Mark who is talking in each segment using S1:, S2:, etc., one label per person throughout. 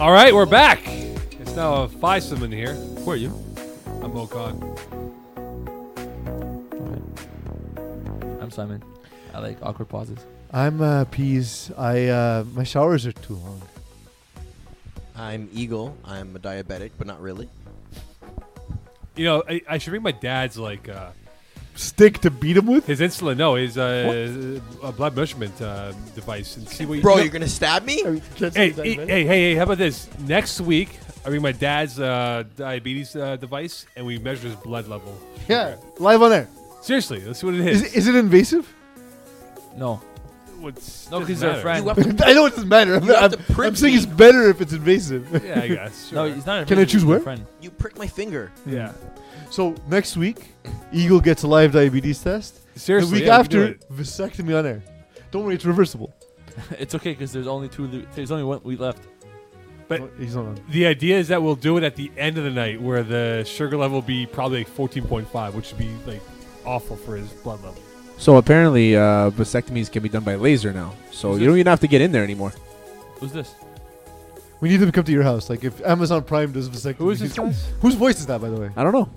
S1: All right, we're back. It's now a fivesome in here.
S2: Where are you?
S1: I'm Okan.
S3: I'm Simon. I like awkward pauses.
S4: I'm uh, peas. I uh, my showers are too long.
S5: I'm Eagle. I'm a diabetic, but not really.
S1: You know, I, I should bring my dad's like uh,
S4: Stick to beat him with?
S1: his insulin. No, his uh, uh, blood measurement uh, device and see what you.
S5: Bro, you're gonna stab me?
S1: Hey, hey, hey, hey! How about this? Next week, I bring my dad's uh, diabetes uh, device and we measure his blood level.
S4: Yeah, live on air.
S1: Seriously, let's see what it is.
S4: Is, is it invasive?
S3: No.
S1: What's,
S3: No,
S1: doesn't
S3: 'cause they're
S1: matter.
S3: friends.
S5: You have
S4: I know it doesn't matter. I'm,
S5: You have
S4: I'm,
S5: to prick
S4: I'm saying
S5: me.
S4: it's better if it's invasive.
S1: Yeah, I guess.
S3: No,
S1: sure.
S3: he's not. A
S4: Can I
S3: friend,
S4: choose
S3: he's my
S4: where?
S3: Friend.
S5: You prick my finger.
S1: yeah.
S4: So next week, Eagle gets a live diabetes test. The
S1: Seriously.
S4: week
S1: yeah, we can do
S4: after,
S1: it.
S4: vasectomy on air. Don't worry, it's reversible.
S3: it's okay because there's only two. lo- There's only one we left.
S1: But-
S4: Oh, he's not on.
S1: The idea is that we'll do it at the end of the night where the sugar level will be probably like 14.5, which would be like awful for his blood level.
S2: So apparently, uh, vasectomies can be done by laser now. So
S3: Is
S2: you
S3: it-
S2: don't even have to get in there anymore.
S3: Who's this?
S4: We need them to come to your house. Like if Amazon Prime does vasectomy.
S1: Who is this guy?
S4: Whose voice is that, by the way?
S2: I don't know.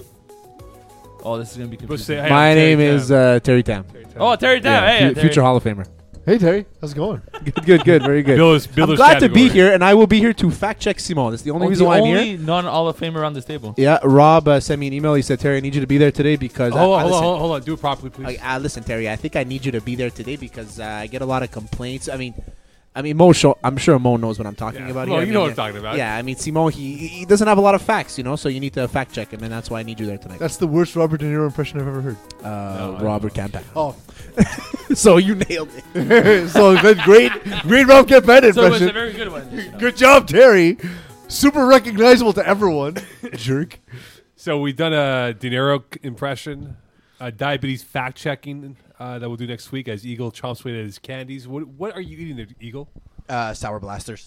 S3: Oh, this is gonna be
S1: Let's
S3: confusing.
S1: say, hey,
S2: My
S1: I'm Terry
S2: name is
S1: Tam.
S2: uh, Terry Tam.
S1: Terry Tam.
S3: oh, Terry Tam.
S2: Yeah,
S3: hey,
S2: fu-
S3: Terry.
S2: future Hall of Famer.
S4: Hey Terry, how's it going?
S2: Good, good, good. Very good.
S1: Bill is- Bill
S2: I'm
S1: is
S2: glad to
S1: category.
S2: be here, and I will be here to fact check Simon. That's the only
S3: Oh,
S2: reason
S3: the
S2: why I'm
S3: only
S2: here.
S3: non all of Famer on this table.
S2: Yeah, Rob uh, sent me an email. He said, "Terry, I need you to be there today because."
S1: Hold on,
S2: I, I
S1: hold on,
S2: listen-
S1: hold on, hold on. Do it properly, please.
S2: Like, ah, listen, Terry, I think I need you to be there today because uh, I get a lot of complaints. I mean, I mean, Mo, sho- I'm sure Mo knows what I'm talking
S1: Yeah.
S2: about.
S1: Well,
S2: here. I
S1: you
S2: mean,
S1: know what I'm
S2: yeah.
S1: talking about.
S2: Yeah, I mean, Simon, he, he doesn't have a lot of facts, you know, so you need to fact check him, and that's why I need you there tonight.
S4: That's the worst Robert De Niro impression I've ever heard.
S2: uh,
S1: No, I-
S2: Robert Campan.
S4: Oh,
S2: so you nailed it.
S4: so good, great, great Rob Campaign
S3: So it's a
S4: impression.
S3: very good one. you know.
S4: Good job, Terry. Super recognizable to everyone. Jerk.
S1: So we've done a De Niro c- impression, a diabetes fact checking uh, that we'll do next week as Eagle chomps away at his candies. What what are you eating there, Eagle?
S5: Uh, sour blasters.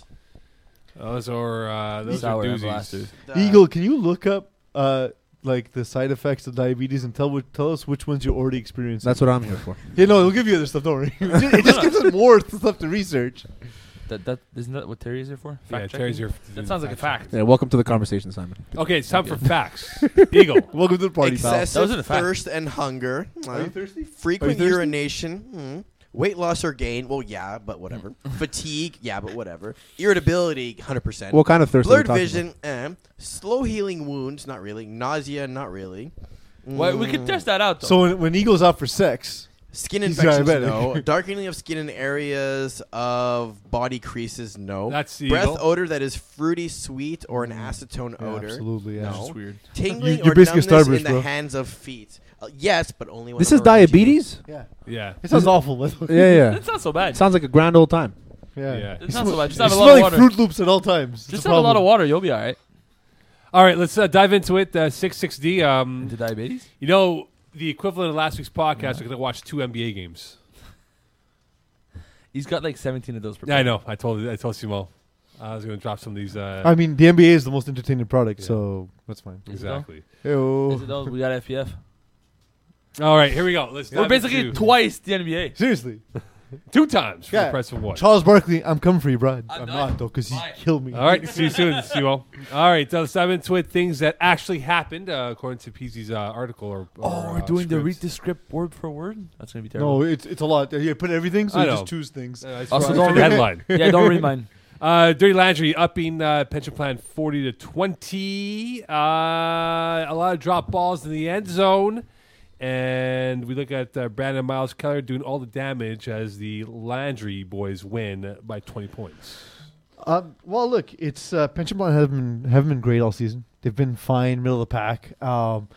S1: Those are uh, those
S3: Sour
S1: are
S3: and
S1: doozies.
S3: blasters.
S4: Eagle, can you look up uh, like the side effects of diabetes and tell wh- tell us which ones you're already experiencing?
S2: That's what I'm here for.
S4: yeah, no, it'll give you other stuff. Don't worry. it just- it just gives us more stuff to research.
S3: That, that isn't that what Terry is here for?
S1: Yeah,
S3: Fact
S1: Terry's
S3: checking?
S1: here.
S3: That sounds like a fact.
S2: Yeah, welcome to the conversation, Simon.
S1: Okay, it's time for facts. Eagle.
S4: Welcome to the party, pal.
S3: That wasn't a
S5: Excessive
S3: fact.
S5: thirst and hunger.
S4: Are you
S5: Uh,
S4: thirsty?
S5: frequent
S4: thirsty?
S5: urination. Mm. Weight loss or gain. Well, yeah, but whatever. Fatigue. Yeah, but whatever. Irritability. 100%.
S2: What kind of thirst? are we
S5: Blurred
S2: talking
S5: vision. Eh. Slow healing wounds. Not really. Nausea. Not really.
S3: Well, we could
S5: Mm.
S3: test that out though.
S4: So when, when Eagle's out for sex,
S5: Skin
S4: He's
S5: infections,
S4: diabetic.
S5: no. Darkening of skin in areas of body creases, no.
S1: That's the
S5: Breath
S1: eagle.
S5: odor that is fruity, sweet, or
S2: Mm,
S5: an acetone
S4: Yeah,
S5: odor.
S4: absolutely, yeah.
S5: No.
S4: It's
S3: weird.
S5: Tingling
S4: You- you're
S5: or
S4: basically
S5: numbness
S4: Starburst,
S5: in the
S4: bro.
S5: hands of feet. Uh, yes, but only when
S2: This
S5: I'm
S2: is
S5: around you.
S2: diabetes.
S4: yeah,
S1: Yeah.
S4: it sounds awful. by the way.
S2: Yeah, yeah.
S3: That's not so bad.
S2: Sounds like a grand old time.
S4: yeah.
S1: Yeah.
S3: It's not so bad. Just
S4: You
S3: have a
S4: smell
S3: lot of
S4: like
S3: water.
S4: Fruit Loops at all times. It's
S3: Just
S4: the
S3: have a lot
S4: problem.
S3: of water. You'll be all right.
S1: All right, let's uh, dive into it. Uh, 66D. Um,
S3: Into diabetes?
S1: you know, the equivalent of last week's podcast, we're going to watch two NBA games.
S3: He's got like 17 of those.
S1: Yeah, I know. I told I told Simo I was going to drop some of these. Uh,
S4: I mean, the NBA is the most entertaining product,
S1: Yeah.
S4: so that's fine.
S1: exactly.
S3: Is it
S4: Ew.
S3: those? We got FPF.
S1: All right, here we E go. Let's
S3: We're
S1: dive
S3: basically
S1: into-
S3: twice the NBA.
S4: Seriously,
S1: two times for
S4: Yeah.
S1: the price of one.
S4: Charles Barkley, I'm coming for you, bro. I'm,
S3: I'm
S4: not
S3: not.
S4: though, because you
S3: Bye.
S4: killed me.
S1: All right, see you soon, Simo. All right, so let's dive into it. Things that actually happened uh, according to Peasy's uh, article. Or, or,
S3: Oh, we're
S1: uh,
S3: doing the read
S1: script.
S3: the script word for word. That's gonna be terrible.
S4: No, it's it's a lot. You put everything, so
S1: I
S4: you
S1: know.
S4: just choose things.
S1: Uh, it's
S3: Also,
S1: from-
S3: don't
S1: it's a
S3: read-
S1: headline.
S3: yeah, don't read mine.
S1: Uh, Dirty Landry upping uh, pension plan 40 to 20. Uh, a lot of drop balls in the end zone. And we look at uh, Brandon Miles Keller doing all the damage as the Landry boys win by 20 points.
S4: Um, well, look, it's uh, pension plan haven't been, haven't been great all season. They've been fine, middle of the pack. Um,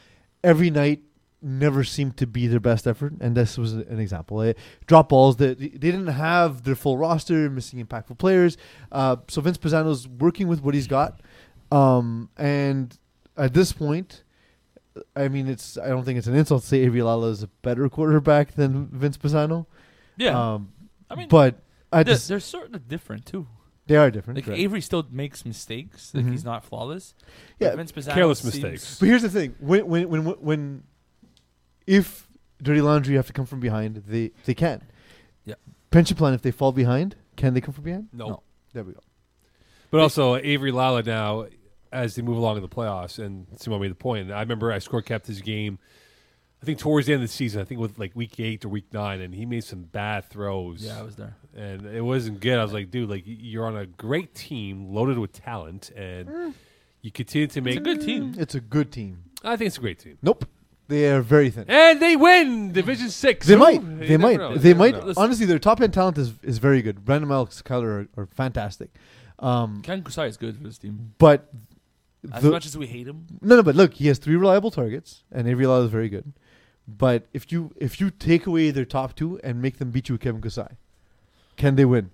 S4: every night never seemed to be their best effort, and this was an example. Eh, drop balls that they didn't have their full roster, missing impactful players. Uh, so Vince Pisano's working with what he's got, um, and at this point. I mean, it's. I don't think it's an insult to say Avialala is a better quarterback than Vince Pisano.
S3: Yeah,
S4: Um,
S3: I mean,
S4: but I
S3: they're,
S4: just,
S3: they're sort of different too.
S4: they are different.
S3: Like
S4: correct.
S3: Avery still makes mistakes. Like
S4: Mhm.
S3: he's not flawless.
S4: Yeah,
S3: But Vince Pizzano
S1: careless
S3: seems-
S1: mistakes.
S4: But here's the thing: when when when when if dirty laundry have to come from behind, they they can.
S3: Yeah.
S4: Pension plan if they fall behind, can they come from behind?
S1: No.
S3: No.
S4: There we go.
S1: But also Avery Lala now, as they move along in the playoffs, and Simone made the point. I remember I score capped his game. I think towards the end of the season, I think with like week eight or week nine, and he made some bad throws.
S3: Yeah, I was there.
S1: and it wasn't good. I was like, dude, like y- you're on a great team loaded with talent, and you continue to make.
S3: It's a good team.
S1: Mm.
S4: It's a good team.
S1: I think it's a great team,
S4: Nope, they are very thin.
S1: and they win Division Six.
S4: They
S1: Ooh,
S4: might. They
S1: you never
S4: might.
S1: know.
S4: They
S1: You never
S4: might.
S1: know.
S4: Honestly, their top end talent is, is very good. Brandon Miles, Kyler are, are fantastic. Um,
S3: Ken Kusai is good for this team.
S4: but
S3: As
S4: the-
S3: much as we hate him,
S4: no, no. But look, he has three reliable targets, and Avery Lyle is very good. But if you if you take away their top two and make them beat you with Kevin Kasai, can they win?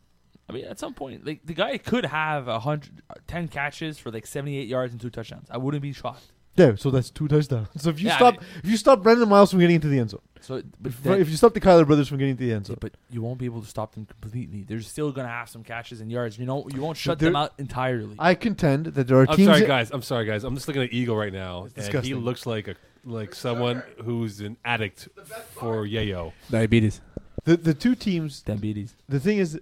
S3: I mean, at some point, like the guy could have a hundred, ten catches for like seventy-eight yards and two touchdowns. I wouldn't be shocked.
S4: Yeah. So that's two touchdowns. So if you
S3: Yeah, I
S4: stop
S3: mean-
S4: if you stop Brandon Miles from getting into the end zone,
S3: So, but
S4: if,
S3: then-
S4: if you stop the Kyler brothers from getting to the end
S3: Yeah,
S4: zone,
S3: but you won't be able to stop them completely. They're still gonna have some catches and yards. You know, you won't shut
S4: They're-
S3: them out entirely.
S4: I contend that there are
S1: I'm
S4: teams.
S1: sorry,
S4: that-
S1: guys. I'm sorry, guys. I'm just looking at Eagle right now, and he
S4: disgusting.
S1: looks like a like someone who's an addict for yayo.
S2: Diabetes.
S4: the the two teams
S3: Diabetes.
S4: the thing is,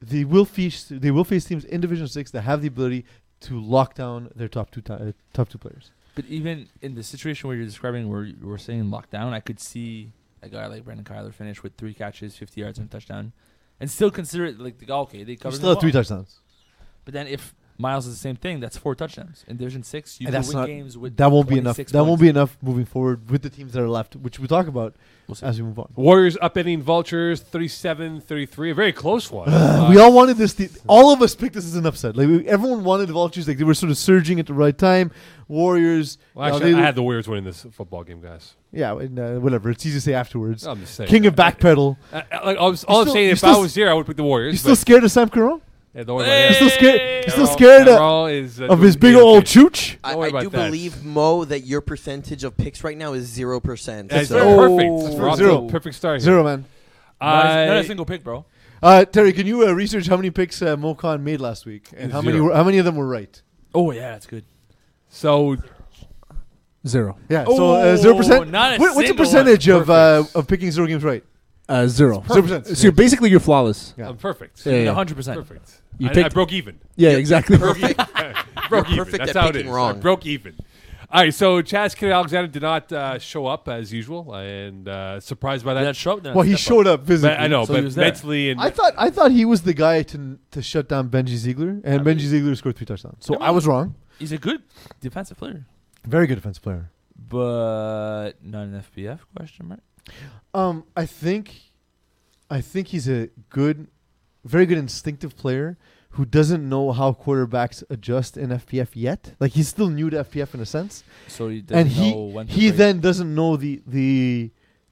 S4: they will face they will face teams in Division Six that have the ability to lock down their top two ti- uh, top two players.
S3: But even in the situation where you're describing, where you were saying lockdown, I could see a guy like Brandon Kyler finish with three catches, fifty yards, and a touchdown, and still consider it like the guy. Okay, they
S4: You
S3: covered.
S4: still
S3: the
S4: have three
S3: ball.
S4: touchdowns.
S3: But then if Miles is the same thing, that's four touchdowns in Division Six. You
S4: And
S3: could
S4: that's
S3: win
S4: not-
S3: games with
S4: That won't be enough.
S3: 26
S4: That won't
S3: points.
S4: be enough moving forward with the teams that are left, which we'll talk about
S3: We'll see.
S4: as we move on.
S1: Warriors upending Vultures 37-33. A very close one. Uh,
S4: we all wanted this. The, all of us picked this as an upset. Like we, everyone wanted the Vultures. Like they were sort of surging at the right time. Warriors.
S1: well,
S4: you know,
S1: actually,
S4: they-
S1: I had the Warriors winning this football game, guys.
S4: yeah, and, uh, whatever. It's easy to say afterwards.
S3: Oh,
S1: I'm just saying.
S4: King of backpedal.
S1: Uh, uh, like, all I'm, all I'm
S4: still-
S1: saying,
S4: you
S1: if
S4: still-
S1: I was here, I would pick the
S4: You
S1: Warriors.
S4: still
S1: but-
S4: scared of Sam Carroll?
S1: yeah, don't worry about
S4: You
S1: it.
S4: still scared? You still
S1: Carroll-
S4: scared of,
S1: Carroll is, uh,
S4: of
S1: doing
S4: his big
S1: good
S4: old
S1: thing.
S4: chooch?
S5: I,
S1: Don't worry
S5: I
S1: about
S5: do
S1: that.
S5: believe Mo that your percentage of picks right now is zero percent.
S1: That's
S4: so-
S1: perfect. That's
S4: Oh.
S1: we're off to
S4: Zero.
S1: a Perfect start. here.
S4: Zero man.
S3: Not a- not
S1: I-
S3: a single pick, bro.
S4: Uh, Terry, can you uh, research how many picks uh, Mokan made last week, and how many
S1: Zero.
S4: were, how many of them were right?
S3: Oh yeah, that's good.
S1: so uh,
S2: Zero.
S4: Yeah, so uh, zero percent.
S3: Oh, Not a
S4: Oh, what's the
S3: single one.
S4: percentage of uh,
S1: Perfect.
S4: of picking zero games right?
S2: Uh, zero.
S4: Zero percent.
S2: So you're basically you're flawless.
S4: Yeah.
S1: I'm perfect.
S2: Yeah, yeah.
S3: hundred percent.
S1: Perfect.
S2: You
S1: I,
S2: picked-
S1: I broke even.
S2: Yeah, exactly.
S5: Perfect.
S1: broke
S5: You're
S1: even.
S5: perfect
S1: That's
S5: at
S1: how it
S5: picking
S1: is.
S5: wrong.
S1: I broke even. All right, so Chaz Kid Alexander did not uh, show up as usual, and uh, surprised by that.
S3: Did that show up? Then
S4: Well, he
S3: Step up.
S4: showed up physically.
S1: But I know,
S3: So he
S1: but
S3: was there.
S1: mentally and
S4: I thought I thought he was the guy to to shut down Benji Ziegler, and Benji Ziegler scored three touchdowns. So
S3: I mean-
S4: I was wrong.
S3: He's a good defensive player,
S4: Very good defense player.
S3: but not an FBF question mark.
S4: Um, I think, I think he's a good, very good instinctive player who doesn't know how quarterbacks adjust in FPF yet. Like he's still new to FPF in a sense.
S3: So he doesn't
S4: and he
S3: know when to
S4: he
S3: break.
S4: then doesn't know the the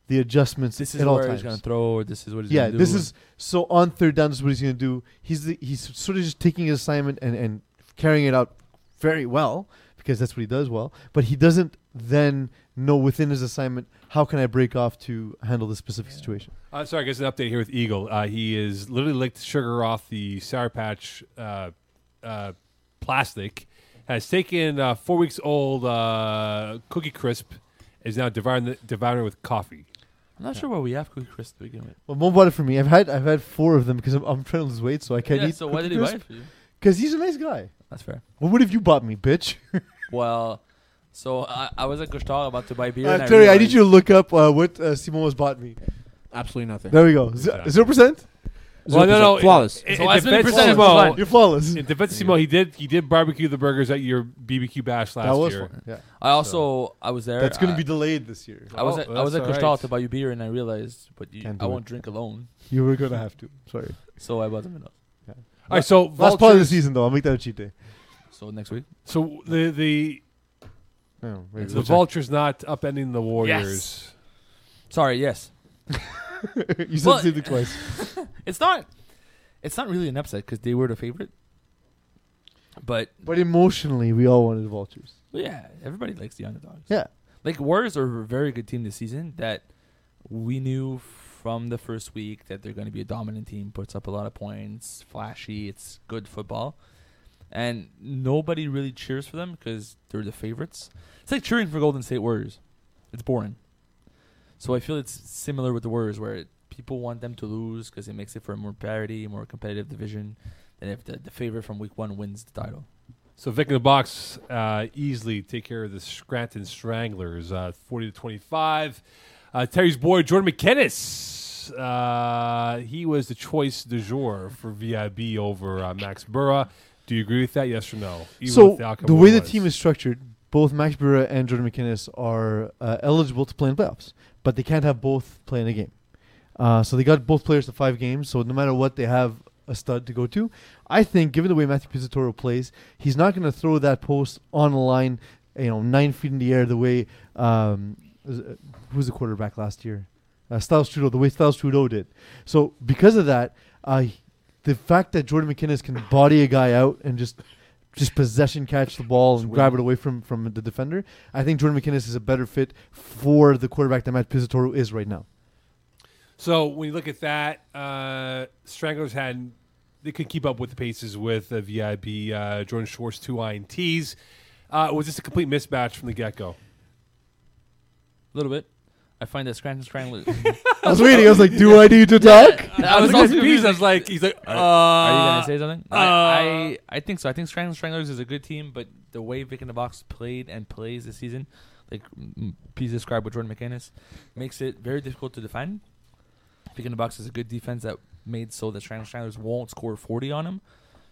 S4: the adjustments
S3: this is
S4: at all
S3: where
S4: times.
S3: he's gonna throw, or this is what he's
S4: yeah,
S3: gonna do.
S4: this is so on third down this is what he's gonna do. He's the, he's sort of just taking his assignment and and carrying it out very well because that's what he does well. But he doesn't then know within his assignment how can I break off to handle this specific situation.
S1: Uh, sorry, guys, an update here with Eagle. Uh, he is literally licked sugar off the Sour Patch uh, uh, plastic, has taken uh, four weeks old uh, Cookie Crisp, is now devouring, the, devouring it with coffee.
S3: I'm not sure why we have Cookie Crisp to begin with.
S4: Well, more about it for me. I've had I've had four of them because I'm, I'm trying to lose weight, so I can't
S3: yeah,
S4: eat.
S3: so why did he buy it for you?
S4: Because he's a nice guy.
S3: That's fair.
S4: Well, what have you bought me, bitch?
S3: Well, so I, I was at Gustav about to buy beer. and
S4: Uh, Terry, I
S3: realized-
S4: need you to look up uh, what uh, Simon has bought me.
S2: Absolutely nothing.
S4: There we go.
S1: Exactly.
S4: Zero percent.
S1: Well, no, no,
S2: Flawless.
S1: In,
S3: So
S1: in
S3: I've been
S1: defense,
S3: presented
S1: Simo,
S3: with
S4: You're flawless.
S1: in defense, Simo, he did he did barbecue the burgers at your BBQ bash last
S4: that was
S1: year.
S4: fun. Yeah.
S3: I also I was there.
S4: That's going to
S3: I-
S4: be delayed this year.
S3: I was
S1: Oh,
S3: at, I
S1: that's
S3: was at
S1: all right.
S3: Gustav to buy you beer, and I realized, but you,
S4: Can't
S3: I
S4: do
S3: won't drink alone,
S4: You were going to have to. Sorry.
S3: so I bought them enough.
S1: All right, so
S4: Last part of the
S1: Vultures-
S4: season, though. I'll make that a cheat day.
S3: So next week,
S1: So the the
S4: Oh,
S1: the vultures not upending the Warriors.
S3: sorry, yes,
S4: you said
S3: Well-
S4: the same thing twice.
S3: it's not, it's not really an upset because they were the favorite, but
S4: But emotionally, we all wanted the vultures.
S3: Well, yeah, everybody likes the underdogs.
S4: Yeah.
S3: Like Warriors are a very good team this season that we knew from the first week that they're going to be a dominant team, puts up a lot of points, flashy, it's good football. And nobody really cheers for them because they're the favorites. It's like cheering for Golden State Warriors. It's boring. So I feel it's similar with the Warriors where people want them to lose because it makes it for a more parity, more competitive division. than if the, the favorite from week one wins the title.
S1: So Vic in the box uh, easily take care of the Scranton Stranglers, uh, forty to twenty-five. Uh, Terry's boy Jordan McKinnis, uh, he was the choice du jour for VIB over uh, Max Burra. Do you agree with that? Yes or no? Even
S4: so
S1: with outcome
S4: the
S1: it
S4: way the
S1: was.
S4: team is structured, both Max Burra and Jordan McInnes are uh, eligible to play in playoffs, but they can't have both play in a game. Uh, so they got both players to five games. So no matter what, they have a stud to go to. I think, given the way Matthew Pizzatoro plays, he's not going to throw that post on a line, you know, nine feet in the air the way um, is- uh, who was the quarterback last year, uh, Styles Trudeau, the way Styles Trudeau did. So because of that, uh, the fact that Jordan McInnes can body a guy out and just just possession catch the ball and grab it away from, from the defender, I think Jordan McInnes is a better fit for the quarterback that Matt Pizzatoro is right now.
S1: So when you look at that, uh, Stranglers had they could keep up with the paces with uh, VIB. Uh, Jordan Schwartz two ints. Uh, was this a complete mismatch from the get-go?
S3: A little bit. I find that Scranton Stranglers.
S4: I was waiting. I was like, do I need to talk?
S1: I was also confused. I was like, uh, he's like, uh,
S3: Are you gonna say something? I, I I think so. I think Stranglers, Stranglers is a good team, but the way Vic in the Box played and plays this season, like P described with Jordan McInnes, makes it very difficult to defend. Vic in the Box is a good defense that made so that Stranglers, Stranglers won't score forty on him.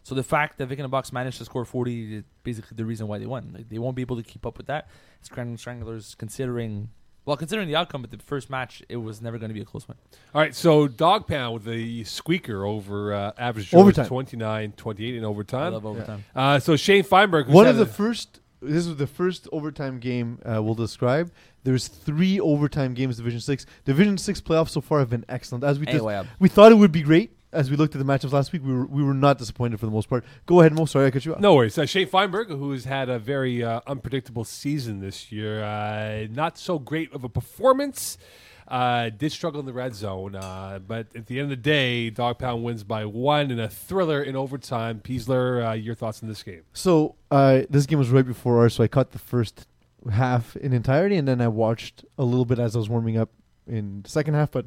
S3: So the fact that Vic in the Box managed to score forty is basically the reason why they won. Like they won't be able to keep up with that. Stranglers, Stranglers considering. Well, considering the outcome, but the first match, it was never going to be a close one.
S1: All right, so Dog Pound with the squeaker over uh, average Joe's
S4: Overtime.
S1: 29 28 in
S3: I
S1: overtime.
S3: love overtime.
S1: uh, so Shane Feinberg, who's
S4: One
S1: had
S4: of the
S1: a-
S4: first. This was the first overtime game uh, we'll describe. There's three overtime games, Division Six. Division Six playoffs so far have been excellent. As we just,
S3: Anyway,
S4: we thought it would be great. As we looked at the matchups last week, we were, we were not disappointed for the most part. Go ahead, Mo. Sorry, I cut you off.
S1: no worries. Uh, Shane Feinberg, who has had a very uh, unpredictable season this year, uh, not so great of a performance. Uh, did struggle in the red zone, uh, but at the end of the day, Dog Pound wins by one in a thriller in overtime. Peasler, uh, your thoughts on this game?
S4: So uh, this game was right before ours, so I caught the first half in entirety, and then I watched a little bit as I was warming up in the second half. But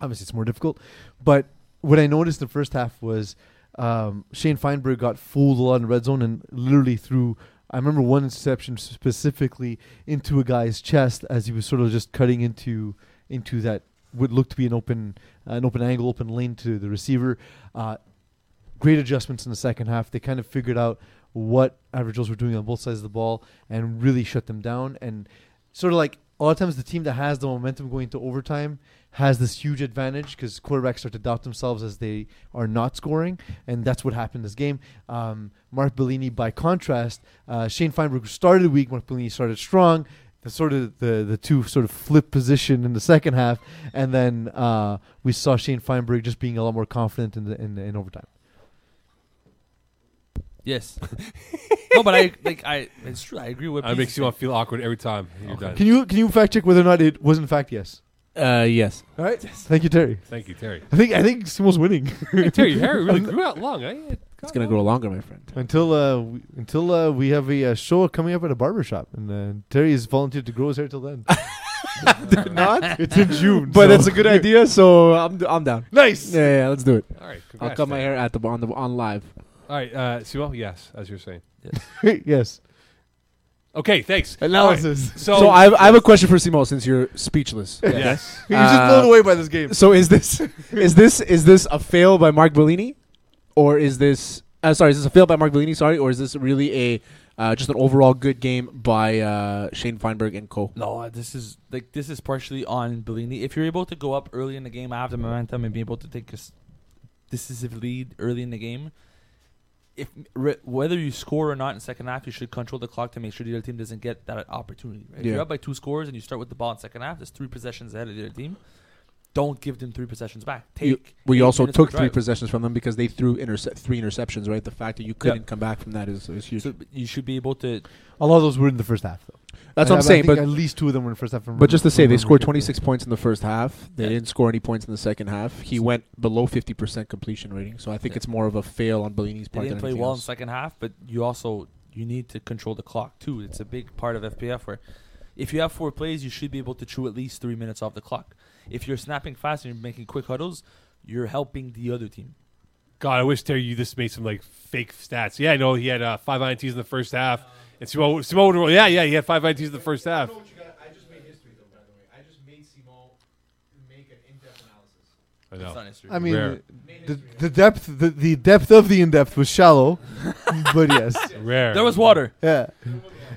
S4: obviously, it's more difficult. But what I noticed the first half was um, Shane Feinberg got fooled a lot in red zone and literally threw. I remember one interception specifically into a guy's chest as he was sort of just cutting into into that would look to be an open an open angle, open lane to the receiver. Uh, great adjustments in the second half. They kind of figured out what average Joes were doing on both sides of the ball and really shut them down. And sort of like a lot of times the team that has the momentum going to overtime has this huge advantage because quarterbacks start to doubt themselves as they are not scoring, and that's what happened this game. Um, Mark Bellini, by contrast, uh, Shane Feinberg started weak. Mark Bellini started strong. The sort of the the two sort of flip position in the second half, and then uh, we saw Shane Feinberg just being a lot more confident in the in, the, in overtime.
S3: Yes. no, but I like I. It's true. I agree with.
S1: I
S3: Pete.
S1: Uh, makes you want to feel awkward every time you're
S3: Okay.
S1: done.
S4: Can you can you fact check whether or not it was in fact yes?
S2: Uh, yes.
S4: All right. Thank you, Terry.
S1: Thank you, Terry.
S4: I think I think Simo's winning
S1: Hey, Terry, your hair really grew out long. Eh?
S2: It's gonna grow longer, my friend.
S4: until uh, we, until uh, we have a uh, show coming up at a barber shop, and uh, Terry has volunteered to grow his hair till then. not. It's in June.
S2: But
S4: so-
S2: it's a good idea, so I'm I'm down.
S4: nice.
S2: Yeah, yeah, let's do it.
S1: All right,
S2: I'll
S1: congrats,
S2: cut my
S1: Terry.
S2: hair at the on the on live.
S1: All right, uh, Sewell, yes, as you're saying.
S4: yes.
S1: Okay, thanks.
S4: Analysis.
S1: So,
S2: So I have, I have a question for Simo since you're speechless.
S1: yes.
S4: He was just
S2: Uh,
S4: blown away by this game.
S2: So is this is this is this a fail by Mark Bellini, or is this uh, sorry is this a fail by Mark Bellini? Sorry, or is this really a uh, just an overall good game by uh, Shane Feinberg and Co.
S3: No, uh, this is like this is partially on Bellini. If you're able to go up early in the game, have the momentum, and be able to take a s- decisive lead early in the game, if re- whether you score or not in second half, you should control the clock to make sure the other team doesn't get that opportunity. Right? If
S2: Yeah.
S3: you're up by two scores and you start with the ball in second half, there's three possessions ahead of the other team. Don't give them three possessions back. Take.
S2: You- We
S3: eight
S2: also
S3: minutes per
S2: took three
S3: drive.
S2: possessions from them because they threw interce- three interceptions. Right, the fact that you couldn't come back from that is, is huge.
S3: So you should be able to.
S4: A lot of those were in the first half, though. I-
S2: That's what
S4: I
S2: I'm saying.
S4: think
S2: But
S4: at least two of them were in the first half.
S2: but just to say, they scored
S4: twenty
S2: 26 points in the first half. They
S3: Yeah.
S2: didn't score any points in the second half. He went below 50 percent completion rating, so I think
S3: Yeah.
S2: it's more of a fail on Bellini's
S3: They
S2: part
S3: didn't
S2: than
S3: play
S2: anything
S3: well in
S2: else.
S3: second half, but you also you need to control the clock too. It's a big part of FPF where if you have four plays, you should be able to chew at least three minutes off the clock. If you're snapping fast and you're making quick huddles, you're helping the other team.
S1: God, I wish Terry, you just made some like fake stats. Yeah, I know he had uh, five ints in the first half, and Simone, Simone, would roll- yeah, yeah, he had five ints in the first half.
S6: what you got. I just made history, though, by the way. I just made Simon make an in depth analysis.
S1: I know.
S3: It's not history.
S4: I mean,
S1: Rare.
S4: the, the depth, the, the depth of the in depth was shallow, but yes,
S1: Rare.
S3: there was water.
S4: yeah,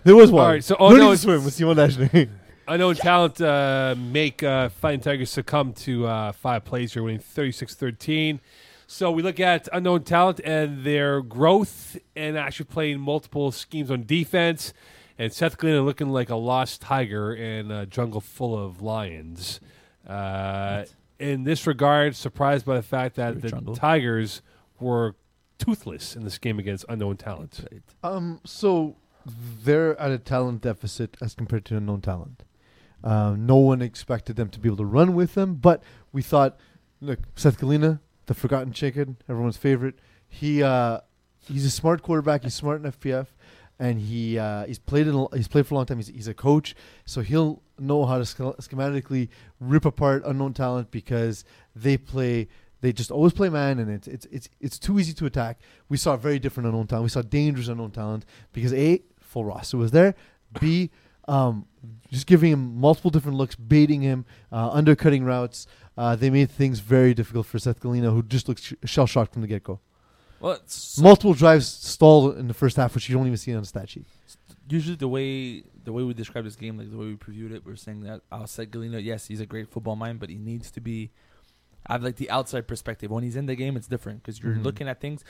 S4: there was one.
S1: All right, so- oh,
S4: Learning
S1: no,
S4: to
S1: it's-
S4: swim with Simon Dagenet.
S1: I know in talent uh, make uh, Fighting Tigers succumb to uh, five plays here, winning 36 13. So we look at unknown talent and their growth and actually playing multiple schemes on defense. And Seth Glennon looking like a lost tiger in a jungle full of lions. Uh, in this regard, surprised by the fact that
S3: Favorite
S1: the
S3: jungle.
S1: Tigers were toothless in this game against unknown talent.
S4: Um, so they're at a talent deficit as compared to a known talent. Um, no one expected them to be able to run with them, but we thought, look, Seth Galina, the forgotten chicken, everyone's favorite. He uh, he's a smart quarterback. He's smart in FPF, and he uh, he's played in, a- he's played for a long time. He's, he's a coach, so he'll know how to schel- schematically rip apart unknown talent because they play. They just always play man, and it's it's it's it's too easy to attack we saw very different unknown talent. We saw dangerous unknown talent because A, full roster was there. B, um, just giving him multiple different looks, baiting him, uh, undercutting routes. Uh, they made things very difficult for Seth Galina, who just looks sh- shell shocked from the get go.
S3: Well, it's
S4: Multiple drives stalled in the first half, which you don't even see on the stat sheet.
S3: usually the way the way we describe this game, like the way we previewed it, we're saying that outside Galino, yes, he's a great football mind, but he needs to be. I have like the outside perspective. When he's in the game, it's different because you're
S4: Mhm.
S3: looking at things.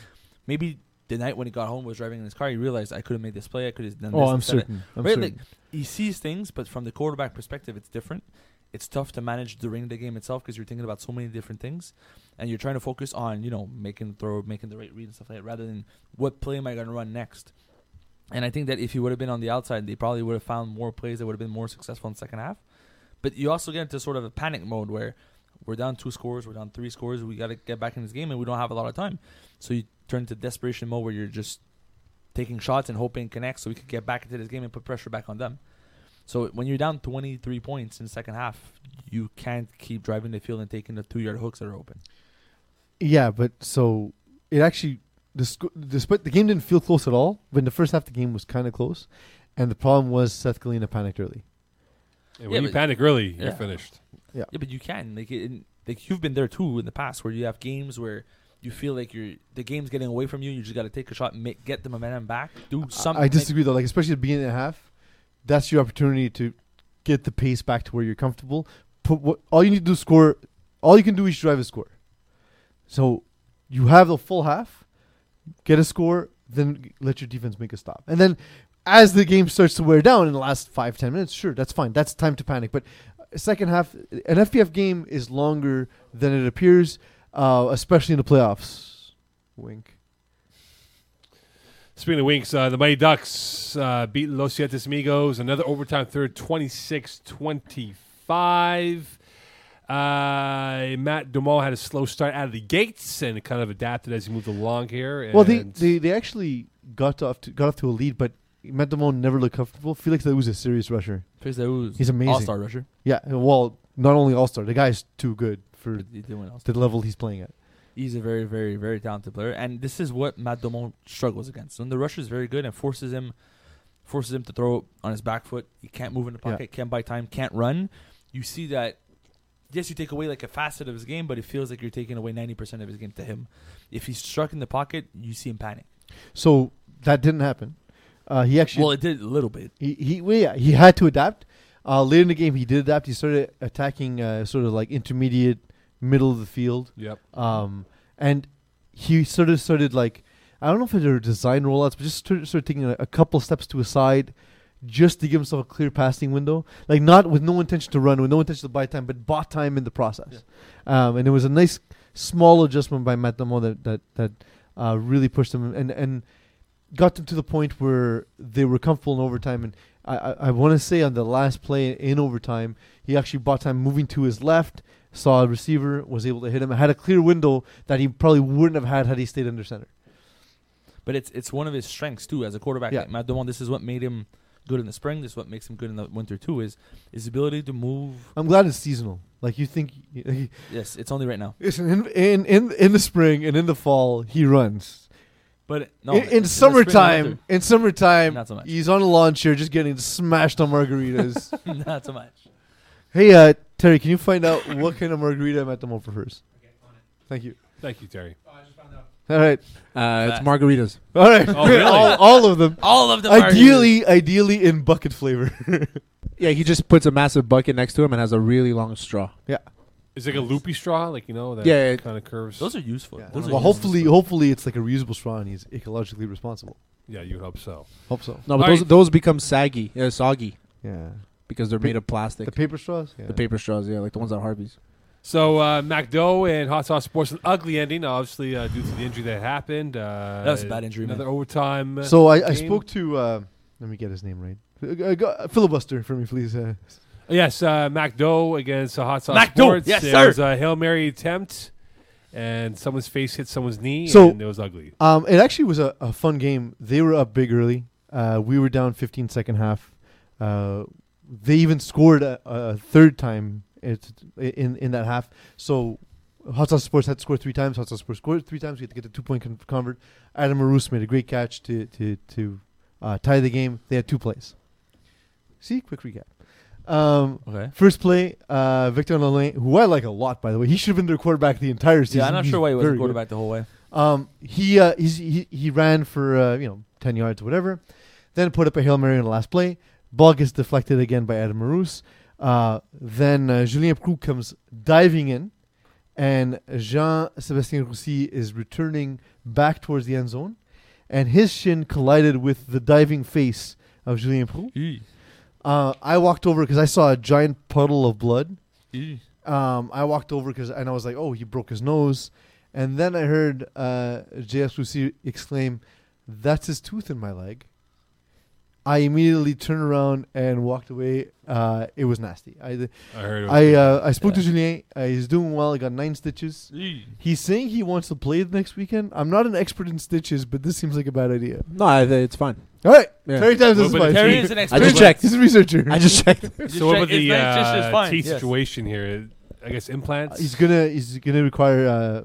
S3: Maybe the night when he got home was driving in his car, he realized I could have made this play. I could have done.
S4: Oh,
S3: this
S4: I'm
S3: instead of-"
S4: certain. I'm
S3: Right,
S4: certain.
S3: like he sees things, but from the quarterback perspective, it's different. It's tough to manage during the game itself because you're thinking about so many different things, and you're trying to focus on you know making the throw, making the right read, and stuff like that, rather than what play am I going to run next. And I think that if he would have been on the outside, they probably would have found more plays that would have been more successful in the second half. But you also get into sort of a panic mode where we're down two scores, we're down three scores, we got to get back in this game, and we don't have a lot of time. So you turn to desperation mode where you're just taking shots and hoping it connects so we could get back into this game and put pressure back on them. So when you're down 23 points in the second half, you can't keep driving the field and taking the two yard hooks that are open.
S4: Yeah, but so it actually the sc- despite the game didn't feel close at all. But in the first half, the game was kind of close, and the problem was Seth Galina panicked early.
S1: And when
S3: Yeah,
S1: you
S3: but-
S1: panic early, you're
S3: Yeah.
S1: finished.
S3: Yeah, but you can like it, like you've been there too in the past where you have games where you feel like you're the game's getting away from you. You just got to take a shot, and make, get the momentum back, do something.
S4: I disagree though. Like especially the beginning of the half, that's your opportunity to get the pace back to where you're comfortable. Put what all you need to do is score. All you can do each drive is score. So you have the full half, get a score, then let your defense make a stop. And then as the game starts to wear down in the last five ten minutes, sure, that's fine. That's time to panic. But uh, second half, an FPF game is longer than it appears, uh, especially in the playoffs. Wink.
S1: Speaking of winks, uh, the Mighty Ducks uh, beat Los Sietes Amigos. Another overtime third, 26 25. Uh, Matt Dumas had a slow start out of the gates and kind of adapted as he moved along here. And
S4: Well, they, they, they actually got off to, got off to a lead, but Metamon never looked comfortable. Felix Leou is a serious rusher.
S3: Fix that who's
S4: He's amazing.
S3: all star rusher.
S4: Yeah, well, not only all star, the guy's too good for
S3: But he did win all-star.
S4: the level he's playing at.
S3: He's a very, very, very talented player, and this is what Matt Domon struggles against. When the rusher is very good and forces him, forces him to throw on his back foot. He can't move in the
S4: Yeah.
S3: pocket, can't buy time, can't run. You see that. Yes, you take away like a facet of his game, but it feels like you're taking away ninety percent of his game to him. If he's struck in the pocket, you see him panic.
S4: So that didn't happen. Uh, he actually
S3: Well, it did a little bit.
S4: he he well, yeah, he had to adapt. Uh, later in the game, he did adapt. He started attacking uh, sort of like intermediate, middle of the field.
S1: Yep.
S4: Um, and he sort of started like I don't know if they were design rollouts, but just started, started taking a, a couple steps to his side, just to give himself a clear passing window, like not with no intention to run, with no intention to buy time, but bought time in the process. Um, and it was a nice small adjustment by Matt Damo that that that uh, really pushed him and and got them to the point where they were comfortable in overtime. And I I, I want to say on the last play in overtime, he actually bought time moving to his left, saw a receiver, was able to hit him, had a clear window that he probably wouldn't have had had he stayed under center.
S3: But it's it's one of his strengths too as a quarterback.
S4: Yeah.
S3: Like Matt Domon, this is what made him good in the spring. This is what makes him good in the winter too. Is his ability to move.
S4: I'm glad it's seasonal. Like you think,
S3: Yes, it's only right now.
S4: listen in in in, in the spring and in the fall he runs.
S3: But no,
S4: in, in
S3: the spring and
S4: summertime, in summertime,
S3: Not so much.
S4: he's on a lawn chair just getting smashed on margaritas.
S3: winter, not so much.
S4: hey, uh, Terry, can you find out what kind of margarita I'm at the moment for hers? Thank you.
S1: Thank you, Terry.
S4: All right,
S2: Uh, it's
S3: Fast.
S2: margaritas.
S4: all right,
S1: Oh, really?
S4: all, all of them.
S3: All of the
S4: Ideally, ideally in bucket flavor.
S2: Yeah, he just puts a massive bucket next to him and has a really long straw.
S1: It's like a loopy straw, like you know that
S2: Yeah, yeah.
S1: kind of curves.
S3: those are useful.
S4: Yeah.
S3: Those are useful.
S4: Well, hopefully, hopefully it's like a reusable straw and he's ecologically responsible.
S1: yeah, you hope so.
S4: Hope so.
S2: No, but
S1: All
S2: those
S1: right.
S2: those become saggy, uh, soggy
S4: Yeah.
S2: because they're made of plastic.
S4: The paper straws. Yeah.
S2: The paper straws, yeah, like the ones at Harvey's.
S1: So uh, MacDo and Hot Sauce Sports an ugly ending, obviously uh, due to the injury that happened. Uh,
S3: That was a bad injury, man.
S1: Another overtime. uh,
S4: So I, I
S1: game.
S4: spoke to. Uh, let me get his name right. Uh, go- filibuster for me, please. Uh,
S1: Yes, uh, MacDo against uh, Hot Sauce
S3: Mac Do,
S1: Sports.
S3: yes,
S1: it
S3: sir.
S1: was a hail mary attempt, and someone's face hit someone's knee,
S4: So-
S1: and it was ugly.
S4: Um, it actually was a, a fun game. They were up big early. Uh, we were down 15 second half. Uh, they even scored a, a third time it, in in that half. So Hot Sauce Sports had scored three times. Hot Sauce Sports scored three times. We had to get the two point con- convert. Adam Arus made a great catch to to to uh, tie the game. They had two plays. See, quick recap. Um,
S3: Okay.
S4: First play, uh, Victor Nolin, who I like a lot, by the way. He should have been their quarterback the entire season.
S3: Yeah, I'm not
S4: He's
S3: sure why he
S4: very
S3: wasn't
S4: good.
S3: quarterback the whole way.
S4: Um, he, uh, he's, he he ran for uh, you know ten yards, whatever. Then put up a hail mary on the last play. Ball gets deflected again by Adam Marus. Uh, then uh, Julien Prou comes diving in, and Jean Sebastien Roussy is returning back towards the end zone, and his shin collided with the diving face of Julien Prou. Uh, I walked over because I saw a giant puddle of blood um, I walked over because and I was like, oh, he broke his nose, and then I heard uh, JS Lucy exclaim, "That's his tooth in my leg." I immediately turned around and walked away. Uh, it was nasty.
S1: I
S4: I
S1: heard. It was
S4: I uh, I spoke to
S3: Yeah.
S4: Julien. Uh, he's doing well. He got nine stitches. He's saying he wants to play the next weekend. I'm not an expert in stitches, but this seems like a bad idea.
S2: No, I, it's fine.
S4: All right,
S2: Yeah.
S4: Terry times
S1: Well,
S4: is
S1: but
S4: fine.
S1: Terry
S3: is an
S2: I
S3: expert.
S2: just checked.
S4: He's a researcher.
S2: I just checked.
S1: so what about
S3: It's
S1: the
S3: not- it's just- it's
S1: uh,
S3: fine,
S1: teeth
S3: yes.
S1: situation here? I guess implants.
S4: Uh, he's gonna he's gonna require uh,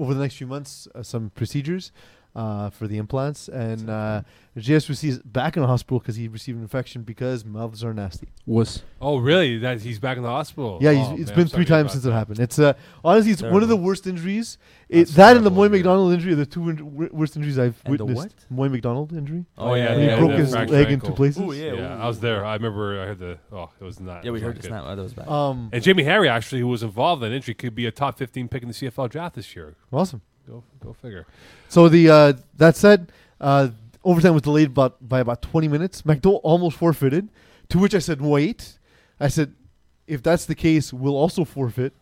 S4: over the next few months uh, some procedures uh, for the implants, and uh, JSUC is back in the hospital because he received an infection because mouths are nasty.
S2: Was
S1: oh, really? That he's back in the hospital.
S4: yeah, he's,
S1: oh,
S4: it's
S1: man,
S4: been
S1: I'm
S4: three
S1: sorry
S4: times
S1: about
S4: since
S1: that.
S4: it happened. It's uh, honestly it's one of the
S3: Terrible.
S4: worst injuries. It,
S1: That's
S4: that and the
S1: terrible
S4: Moy
S1: injury.
S4: McDonald injury are the two win- wor- worst injuries I've
S3: And the
S4: witnessed. Moy McDonald injury.
S1: Oh, yeah,
S4: When he
S1: yeah,
S4: broke
S1: yeah,
S4: his
S1: fractured
S4: leg in two
S1: ankle.
S4: places.
S3: Ooh, yeah,
S1: Yeah, I was there. I remember. I heard the. Oh, it was not.
S3: Yeah,
S1: it
S3: we
S1: was
S3: heard
S1: not
S3: it's
S1: good.
S3: not. oh, That was bad.
S4: Um,
S1: And Jamie Harry actually, who was involved in that injury, could be a top 15 pick in the CFL draft this year.
S4: awesome.
S1: Go, go figure.
S4: So the uh, that said, uh, overtime was delayed by, by about 20 minutes. McDowell almost forfeited, to which I said, "Wait," I said, "If that's the case, we'll also forfeit,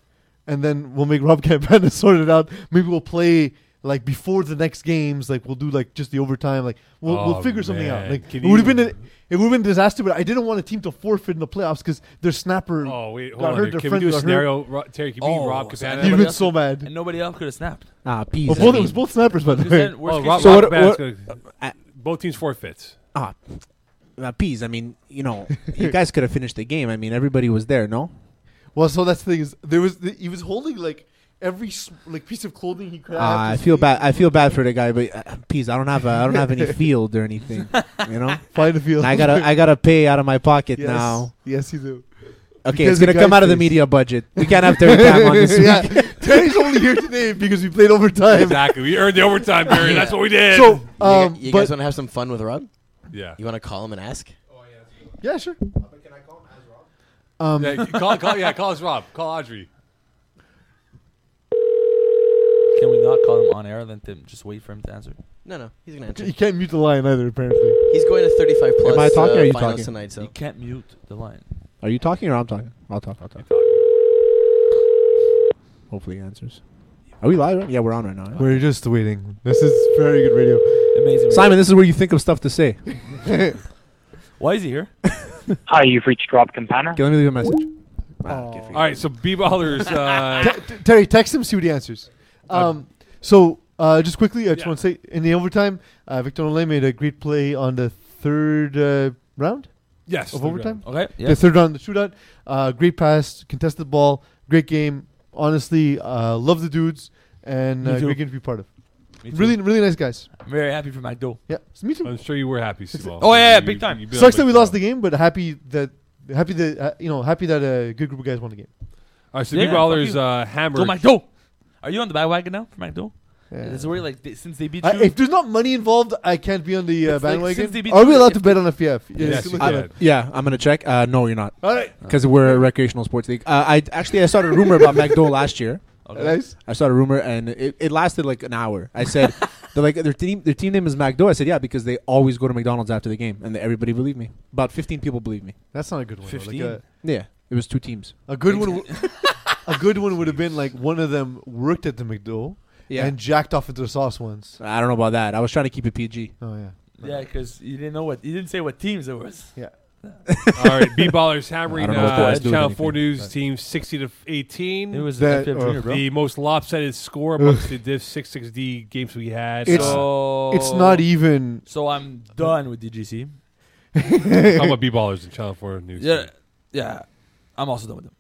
S4: and then we'll make Rob Campana sort it out. Maybe we'll play." Like before the next games, like we'll do like just the overtime, like we'll,
S1: Oh,
S4: we'll figure something out.
S1: man.
S4: Like
S1: Can
S4: it would have
S1: you-
S4: been a, it would have been a disaster, but I didn't want a team to forfeit in the playoffs because their snapper.
S1: Oh wait, hold
S4: Got
S1: on.
S4: hurt,
S1: here.
S4: their
S1: Can we
S4: friend
S1: do a
S4: got hurt.
S1: scenario, Ro- Terry? Can we
S3: Oh,
S1: Rob
S3: so
S1: Cabana?
S4: You'd
S3: Nobody
S4: been
S3: else
S4: so mad.
S3: and nobody else could have snapped.
S2: ah peas.
S4: Well, both, it was both snappers, by the
S3: Because
S4: way.
S3: then worst
S1: Oh,
S3: case
S1: Rob,
S2: So
S1: Rob
S2: what-
S1: Cabana's
S2: what-
S1: gonna-
S2: I-
S1: both teams forfeits.
S2: ah, ah, peas. I mean, you know, you guys could have finished the game. I mean, everybody was there. No,
S4: Well, so that's the thing is there was the, he was holding like every s- like piece of clothing he could.
S2: Ah, I feel bad. I feel bad for the guy, but uh, peas. I don't have. A, I don't have any field or anything. You know,
S4: Find a field.
S2: And I gotta. I gotta pay out of my pocket
S4: yes.
S2: now.
S4: Yes, you do.
S2: Okay,
S4: Because
S2: it's gonna
S4: the
S2: come
S4: guy
S2: out of the
S4: plays.
S2: media budget. We can't have Terry time on this.
S4: yeah,
S2: week.
S4: Terry's only here today because we played overtime.
S1: exactly. We earned the overtime, Terry. That's what we did.
S4: So,
S5: You, gu-
S4: um,
S5: you guys
S4: but
S5: want to have some fun with Rob?
S1: yeah.
S5: You want to call him and ask?
S4: yeah, sure.
S6: But can I call him as Rob?
S4: Um,
S1: yeah, call, call, yeah, call us Rob. Call Audrey.
S3: Can we not call him on air? Then then just wait for him to answer.
S5: No, no, he's gonna
S4: you
S5: answer.
S4: can't mute the line either. Apparently,
S5: He's going to 35 plus.
S2: Am I talking
S5: uh,
S2: or are you
S5: finals
S2: talking?
S5: tonight? So
S3: You can't mute the line.
S2: Are you talking or I'm talking? I'll talk. I'll talk. Hopefully, he answers. Are we live? Right? Yeah, we're on right now.
S4: we're just waiting. This is very good radio.
S3: Amazing.
S2: Simon, this is where you think of stuff to say.
S3: why is he here?
S7: Hi, you've reached Rob Campana.
S2: Okay, let me leave a message.
S5: All
S1: All right, so B ballers.
S5: Ah.
S1: Uh,
S4: Te- te- Terry, text him. See what he answers. Um, so uh, just quickly, I just
S1: Yeah.
S4: want to say in the overtime, uh, Victor Olay made a great play on the third uh, round
S1: Yes.
S4: of
S1: third
S4: overtime.
S1: round.
S3: Okay.
S4: The
S3: Yeah.
S4: third round of the shootout. Uh, great pass, contested ball, great game. Honestly, uh, love the dudes and
S3: Me
S4: uh,
S3: too.
S4: great game to be part of.
S3: Me too.
S4: Really, really nice guys.
S3: I'm very happy for McDo.
S4: Yeah, it's me too.
S1: I'm sure you were happy, Simo.
S3: Oh, yeah, yeah,
S1: You-
S3: big time.
S1: you've been on
S4: Sucks
S1: the
S4: that we
S1: show.
S4: lost the game, but happy that happy that uh, you know happy that a good group of guys won the game.
S1: All right, so
S3: Yeah,
S1: Big Baller's
S3: fuck
S1: uh,
S3: Go
S1: hammered.
S3: McDo. Are you on the bandwagon now for McDo?
S4: Yeah.
S3: It's already like they, since they beat you.
S4: I, if there's not money involved, I can't be on the uh,
S3: It's like
S4: bandwagon.
S3: since they beat
S4: Are we
S3: you,
S4: allowed
S3: if-
S4: to bet on FPF? Yes,
S1: Yes, you
S4: look
S1: can.
S4: at it.
S2: Uh, Yeah, I'm gonna check. Uh, no, you're not,
S4: All right,
S2: because we're a recreational sports league. Uh, I actually I started a rumor about McDo last year.
S3: okay.
S4: nice.
S2: I started a rumor, and it, it lasted like an hour. I said, they're like their team their team name is McDo. I said, yeah, because they always go to McDonald's after the game, and everybody believed me. About 15 people believed me.
S4: That's not a good one. though. Like,
S3: 15.
S4: uh,
S2: Yeah, it was two teams.
S4: a good one. w- a good one would have been like one of them worked at the McDo and jacked off into the sauce once.
S2: I don't know about that. I was trying to keep it PG.
S4: Oh yeah.
S3: Yeah, because you didn't know what you didn't say what teams it was.
S1: uh, All right, B Baller's hammering
S2: I don't know what
S1: uh,
S2: boys do with
S1: Channel 4
S2: anything,
S1: News team 60 to 18.
S3: It was
S4: That- uh,
S3: that, FPF Junior,
S4: or-
S3: bro.
S1: the most lopsided score amongst the Div 66D games we had.
S4: It's-
S1: so,
S3: so
S4: It's not e- even.
S3: So I'm done with DGC.
S1: talking about B Ballers and Channel 4 News.
S3: Yeah,
S1: team.
S3: yeah. I'm also done with them.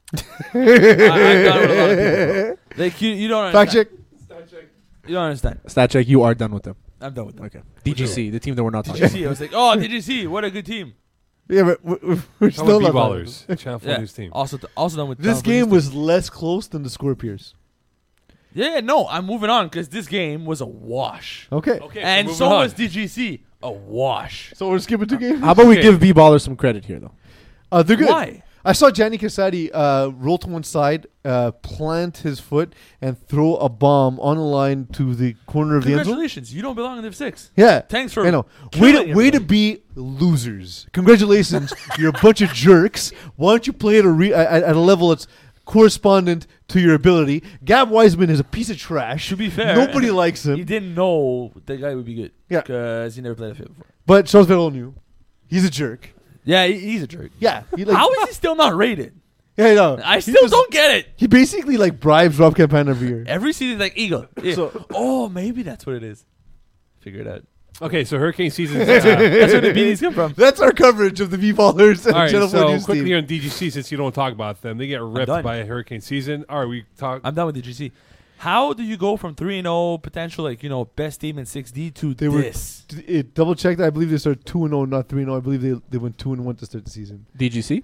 S3: I, I'm done with a lot of people. Bro. Like you, you don't understand.
S4: Fact check.
S3: You don't understand.
S2: Stat check, you are done with them.
S3: I'm done with them.
S2: Okay. DGC, the team that we're not talking about.
S3: DGC. I was like, oh, DGC, what a good team.
S4: Yeah, but we're, we're- we're
S1: Talking
S4: still
S1: about
S4: not
S1: B Ballers, Channel 4
S3: Yeah.
S1: News team.
S3: Also, also done with
S4: This
S3: Tom Brady's
S4: game was less close than the score appears.
S3: team. Yeah, no, I'm moving on because this game was a wash,
S4: Okay.
S1: Okay,
S3: and
S1: moving
S3: so
S1: on.
S3: was DGC, a wash.
S4: So we're skipping two games.
S2: How about we
S1: Okay.
S2: give B Baller some credit here, though?
S4: Uh, they're good.
S3: Why?
S4: I saw Gianni Casati uh, roll to one side, uh, plant his foot, and throw a bomb on the line to the corner of the end zone.
S3: Congratulations, you don't belong in the six.
S4: Yeah.
S3: Thanks for
S4: I know. Way to,
S3: killing
S4: way to
S3: everybody.
S4: be losers. Congratulations. you're a bunch of jerks. Why don't you play at a, re- at, at a level that's correspondent to your ability? Gab Wiseman is a piece of trash.
S3: To be fair,
S4: Nobody likes
S3: He
S4: him.
S3: didn't know the guy would be good.
S4: Yeah.
S3: because he never played the field before.
S4: But Charles knew. He's a jerk.
S3: Yeah, he, he's a jerk.
S4: Yeah. He like,
S3: How is he still not rated?
S4: Yeah, I know.
S3: I
S4: He
S3: still
S4: was-
S3: don't get it.
S4: He basically like bribes Rob Campana every year.
S3: Every season, like eagle. Yeah.
S4: So-
S3: oh, maybe that's what it is. Figure it out.
S1: Okay, so Hurricane season. Uh,
S3: That's where the beanies come from.
S4: That's our coverage of the V-Ballers and
S1: all right,
S4: Channel 4
S1: so
S4: News
S1: quickly
S4: team.
S1: here on DGC, since you don't talk about them, they get ripped
S3: done.
S1: by Hurricane season. All right, we talk.
S3: I'm done with DGC. How do you go from three and zero potential, like you know, best team in six D to
S4: They were-
S3: this?
S4: D- It double checked. I believe they started two and zero, not three and zero. I believe they they went two and one to start the season.
S2: DGC?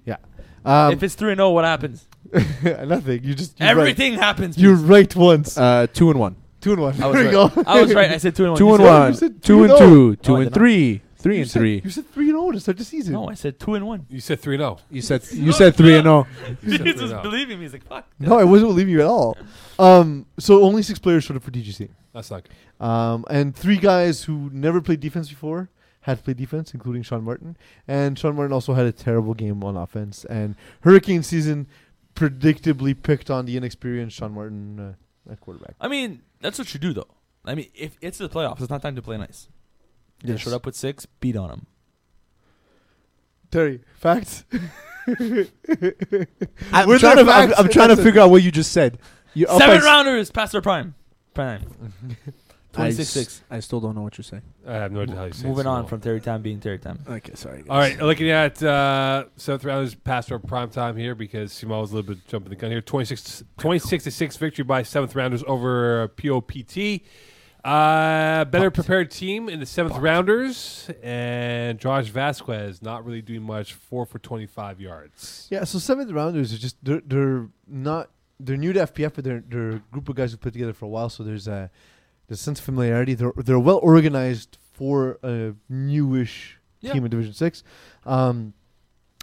S4: Um,
S3: if it's three and zero, what happens?
S4: nothing. You just you're
S3: Everything happens.
S4: Right. You're right once.
S2: Uh, two and one.
S4: two and one.
S3: I was right.
S4: there we go.
S3: I was right. I said two and one.
S2: Two
S3: Oh, You
S2: and
S3: said-
S2: one.
S4: you said
S2: Two and
S4: 3-0.
S2: two. Two
S3: No, I
S2: and
S3: did not.
S2: three. Three
S4: You
S2: and
S4: said-
S2: three.
S4: You said three and zero to start the season.
S3: No, I said two and one.
S1: You said oh. 3 0.
S2: You said you said three and oh.
S1: You said
S3: He's
S1: 3-0.
S3: just believing me. He's like, fuck.
S4: No, I wasn't believing you at all. Um, so only six players showed up for DGC,
S1: That's not good.
S4: um, and three guys who never played defense before had to play defense, including Sean Martin. And Sean Martin also had a terrible game on offense. And hurricane season predictably picked on the inexperienced Sean Martin uh, at quarterback.
S3: I mean, that's what you do, though. I mean, if it's the playoffs, it's not time to play nice. They
S4: Yes.
S3: showed up with six, beat on them.
S4: Terry, facts.
S2: I'm
S4: We're
S2: trying
S4: the
S2: to I'm,
S4: facts.
S2: I'm trying to figure out what you just said. You,
S3: Seven
S2: offense-
S3: rounders past their prime. Prime.
S2: I
S3: 26 6.
S2: s- I still don't know what you're saying.
S1: I have no idea how you say it,
S3: Moving
S1: so-
S3: on from Terry Time being Terry Time.
S2: Okay, sorry. Guys.
S1: All right, looking at uh, seventh round is past our prime time here because Simon was a little bit jumping the gun here. 26, 26 to six victory by seventh rounders over POPT. Uh, better prepared team in the seventh rounders, and Josh Vasquez not really doing much. Four for twenty five yards.
S4: Yeah, so seventh rounders are just they're they're not they're new to FPF, but they're they're a group of guys who put together for a while. So there's a there's a sense of familiarity. They're they're well organized for a newish
S3: Yeah.
S4: team in Division Six, um,